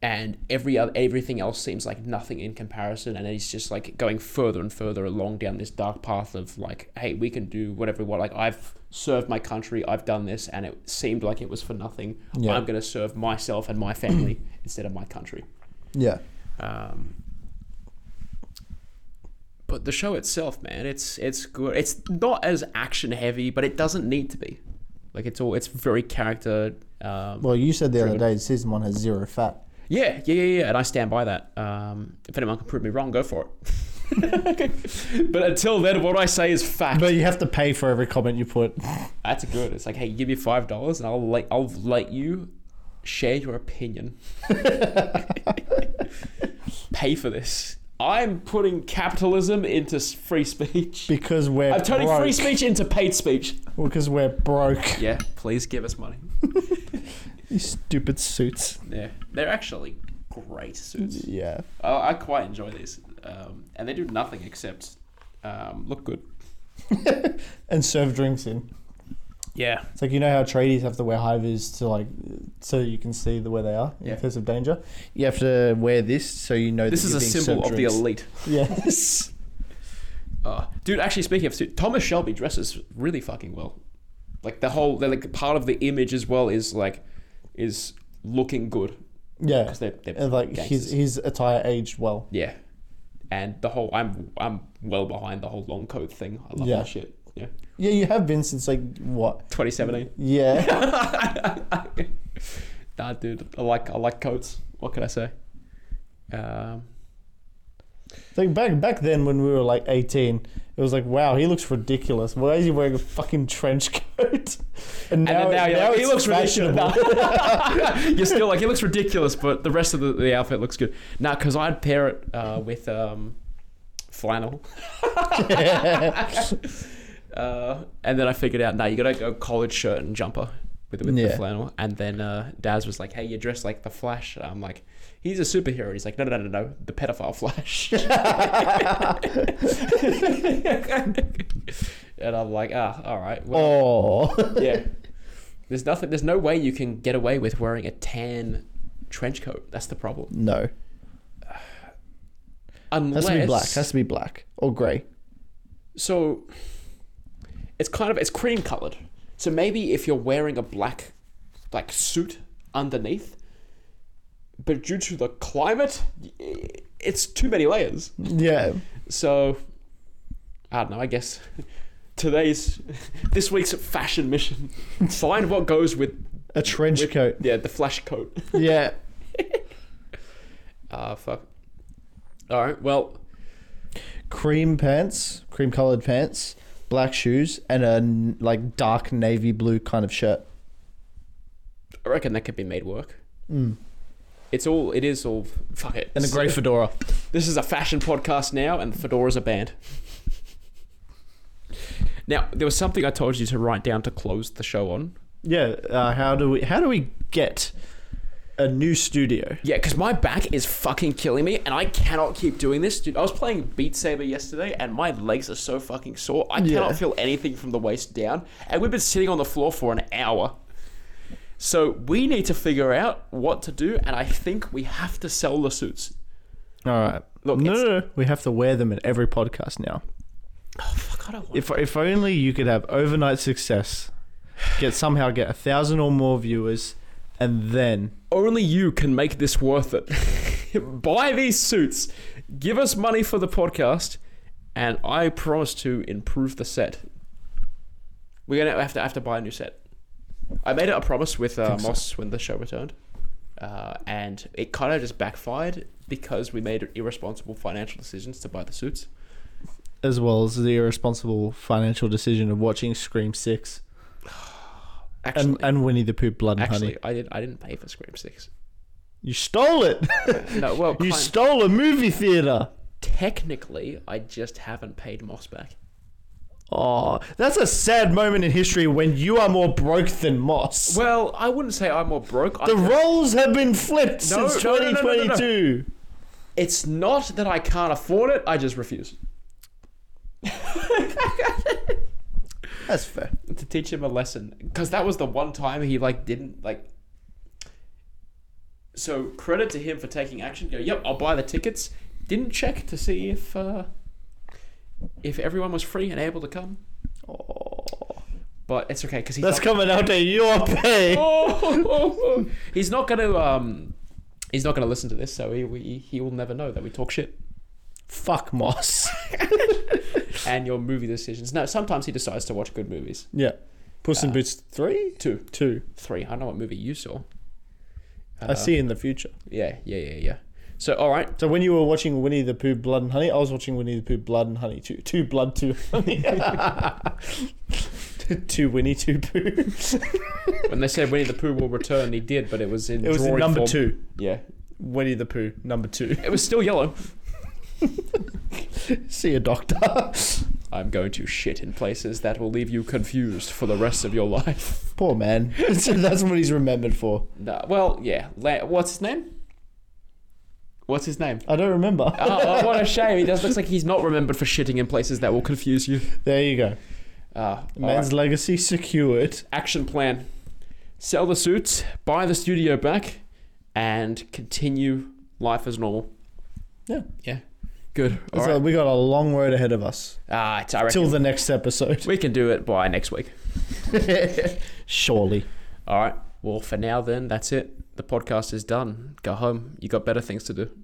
Speaker 2: and every other, everything else seems like nothing in comparison, and he's just like going further and further along down this dark path of like, hey, we can do whatever we want. Like I've served my country, I've done this, and it seemed like it was for nothing.
Speaker 1: Yeah.
Speaker 2: I'm gonna serve myself and my family instead of my country.
Speaker 1: Yeah.
Speaker 2: Um, but the show itself, man, it's it's good. It's not as action heavy, but it doesn't need to be. Like it's all it's very character. Um,
Speaker 1: Well, you said the other day season one has zero fat.
Speaker 2: yeah, yeah, yeah, yeah, and I stand by that. Um, if anyone can prove me wrong, go for it. but until then, what I say is fact.
Speaker 1: But you have to pay for every comment you put.
Speaker 2: That's good. It's like, hey, give me five dollars, and I'll let I'll let you share your opinion. Pay for this. I'm putting capitalism into s- free speech.
Speaker 1: Because we're
Speaker 2: I'm turning
Speaker 1: broke.
Speaker 2: free speech into paid speech.
Speaker 1: Because we're broke.
Speaker 2: Yeah, please give us money.
Speaker 1: You stupid suits.
Speaker 2: Yeah, they're actually great suits.
Speaker 1: Yeah.
Speaker 2: I, I quite enjoy these, um, and they do nothing except um, look good.
Speaker 1: And serve drinks in.
Speaker 2: Yeah,
Speaker 1: It's like you know how tradies have to wear high vis to like so you can see the where they are
Speaker 2: Yeah.
Speaker 1: in case of danger. You have to wear this so you know
Speaker 2: this
Speaker 1: that
Speaker 2: is a
Speaker 1: you're being
Speaker 2: symbol
Speaker 1: served
Speaker 2: of the
Speaker 1: drinks.
Speaker 2: elite.
Speaker 1: Yeah.
Speaker 2: Uh, dude, actually, speaking of suit, Thomas Shelby dresses really fucking well. Like the whole, they're like part of the image as well is like, is looking good.
Speaker 1: yeah.
Speaker 2: 'Cause they're- they're
Speaker 1: and like his
Speaker 2: gangsters.
Speaker 1: his attire aged well.
Speaker 2: Yeah, and the whole, I'm I'm well behind the whole long coat thing. I love
Speaker 1: Yeah.
Speaker 2: that shit. Yeah,
Speaker 1: Yeah, you have been since like what?
Speaker 2: 2017.
Speaker 1: Yeah.
Speaker 2: Nah, dude, I like I like coats. What can I say? Um,
Speaker 1: like back back then when we were like eighteen, it was like wow he looks ridiculous. Why is he wearing a fucking trench coat? And
Speaker 2: and then now you're like, he
Speaker 1: it's
Speaker 2: looks ridiculous.
Speaker 1: fashionable.
Speaker 2: you're still like, he looks ridiculous, but the rest of the, the outfit looks good. Nah, because I'd pair it uh, with um, flannel. uh, and then I figured out, nah, you gotta go college shirt and jumper with, with
Speaker 1: Yeah.
Speaker 2: the flannel. And then uh, Daz was like, hey, you're dressed like the Flash. And I'm like, he's a superhero. And he's like, no, no, no, no, no, the pedophile Flash. and I'm like, ah, all right. Well,
Speaker 1: Oh.
Speaker 2: yeah. There's nothing. There's no way you can get away with wearing a tan trench coat. That's the problem.
Speaker 1: no.
Speaker 2: Unless
Speaker 1: Has to be black. Has to be black or grey.
Speaker 2: so it's kind of it's cream colored. So maybe if you're wearing a black like suit underneath, but due to the climate, i- it's too many layers.
Speaker 1: Yeah.
Speaker 2: So I don't know. I guess today's this week's fashion mission: find what goes with
Speaker 1: A trench
Speaker 2: with-
Speaker 1: coat.
Speaker 2: Yeah, the flash coat.
Speaker 1: Yeah.
Speaker 2: Ah, fuck. All right. Well,
Speaker 1: Cream pants, cream colored pants, black shoes, and a n- like dark navy blue kind of shirt.
Speaker 2: I reckon that could be made work. It's all. It is all. Fuck it.
Speaker 1: Hmm. And a grey fedora.
Speaker 2: This is a fashion podcast now, and fedoras are banned. now there was something I told you to write down to close the show on.
Speaker 1: Yeah. Uh, how do we? How do we get a new studio.
Speaker 2: Yeah, because my back is fucking killing me, and I cannot keep doing this, dude. I was playing Beat Saber yesterday, and my legs are so fucking sore. I cannot
Speaker 1: Yeah.
Speaker 2: feel anything from the waist down, and we've been sitting on the floor for an hour. So we need to figure out what to do, and I think we have to sell the suits.
Speaker 1: All right.
Speaker 2: Look,
Speaker 1: no,
Speaker 2: it's-
Speaker 1: no, no, we have to wear them in every podcast now.
Speaker 2: Oh fuck, I don't want.
Speaker 1: If if only you could have overnight success, get somehow get a thousand or more viewers, and then
Speaker 2: Only you can make this worth it. Buy these suits, give us money for the podcast, and I promise to improve the set. We're gonna have to have to buy a new set. I made it a promise with uh, Moss when the show returned, uh, and it kind of just backfired because we made irresponsible financial decisions to buy the suits.
Speaker 1: as well as the irresponsible financial decision of watching Scream Six
Speaker 2: Actually,
Speaker 1: and, and Winnie the Pooh Blood and
Speaker 2: actually,
Speaker 1: Honey.
Speaker 2: I didn't. I didn't pay for Scream Six.
Speaker 1: You stole it.
Speaker 2: No, well,
Speaker 1: you
Speaker 2: kind-
Speaker 1: stole a movie theater.
Speaker 2: technically, I just haven't paid Moss back.
Speaker 1: Oh, that's a sad moment in history when you are more broke than Moss.
Speaker 2: Well, I wouldn't say I'm more broke. I-
Speaker 1: the roles have been flipped
Speaker 2: No,
Speaker 1: since
Speaker 2: no, no, no, no, no, no.
Speaker 1: 2022.
Speaker 2: It's not that I can't afford it, I just refuse.
Speaker 7: That's fair.
Speaker 2: To teach him a lesson. Because that was the one time he like didn't like so credit to him for taking action. Go, yep, I'll buy the tickets. Didn't check to see if uh if everyone was free and able to come. But it's okay because he's
Speaker 1: That's
Speaker 2: not-
Speaker 1: coming out of your pay.
Speaker 2: Oh, he's not gonna um he's not gonna listen to this, so he we, he will never know that we talk shit.
Speaker 1: Fuck Moss.
Speaker 2: and your movie decisions. No, sometimes he decides to watch good movies.
Speaker 1: yeah. Puss in Boots 3?
Speaker 2: Two,
Speaker 1: 2.
Speaker 2: three. I don't know what movie you saw.
Speaker 1: I see in the future.
Speaker 2: Yeah, yeah, yeah, yeah. So, all right.
Speaker 1: So when you were watching Winnie the Pooh Blood and Honey, I was watching Winnie the Pooh Blood and Honey 2. 2 Blood, 2 Honey. 2 Winnie, 2 Pooh.
Speaker 2: When they said Winnie the Pooh will return, he did, but it was in
Speaker 1: It was in
Speaker 2: drawing
Speaker 1: number
Speaker 2: form.
Speaker 1: 2.
Speaker 2: Yeah,
Speaker 1: Winnie the Pooh, number 2.
Speaker 2: it was still yellow.
Speaker 1: See a doctor.
Speaker 2: I'm going to shit in places that will leave you confused for the rest of your life.
Speaker 7: Poor man. That's what he's remembered for.
Speaker 2: Nah, well, yeah. La- what's his name? What's his name?
Speaker 1: I don't remember.
Speaker 2: Oh, what a shame! He does looks like he's not remembered for shitting in places that will confuse you.
Speaker 1: There you go.
Speaker 2: Uh, all right.
Speaker 1: Man's legacy secured.
Speaker 2: action plan sell the suits buy the studio back and continue life as normal
Speaker 1: Yeah.
Speaker 2: yeah good all
Speaker 1: So
Speaker 2: right
Speaker 1: we got a long road ahead of us
Speaker 2: ah it's, i reckon
Speaker 1: till the next episode.
Speaker 2: we can do it by next week
Speaker 1: Surely.
Speaker 2: all right well for now then that's it the podcast is done go home you got better things to do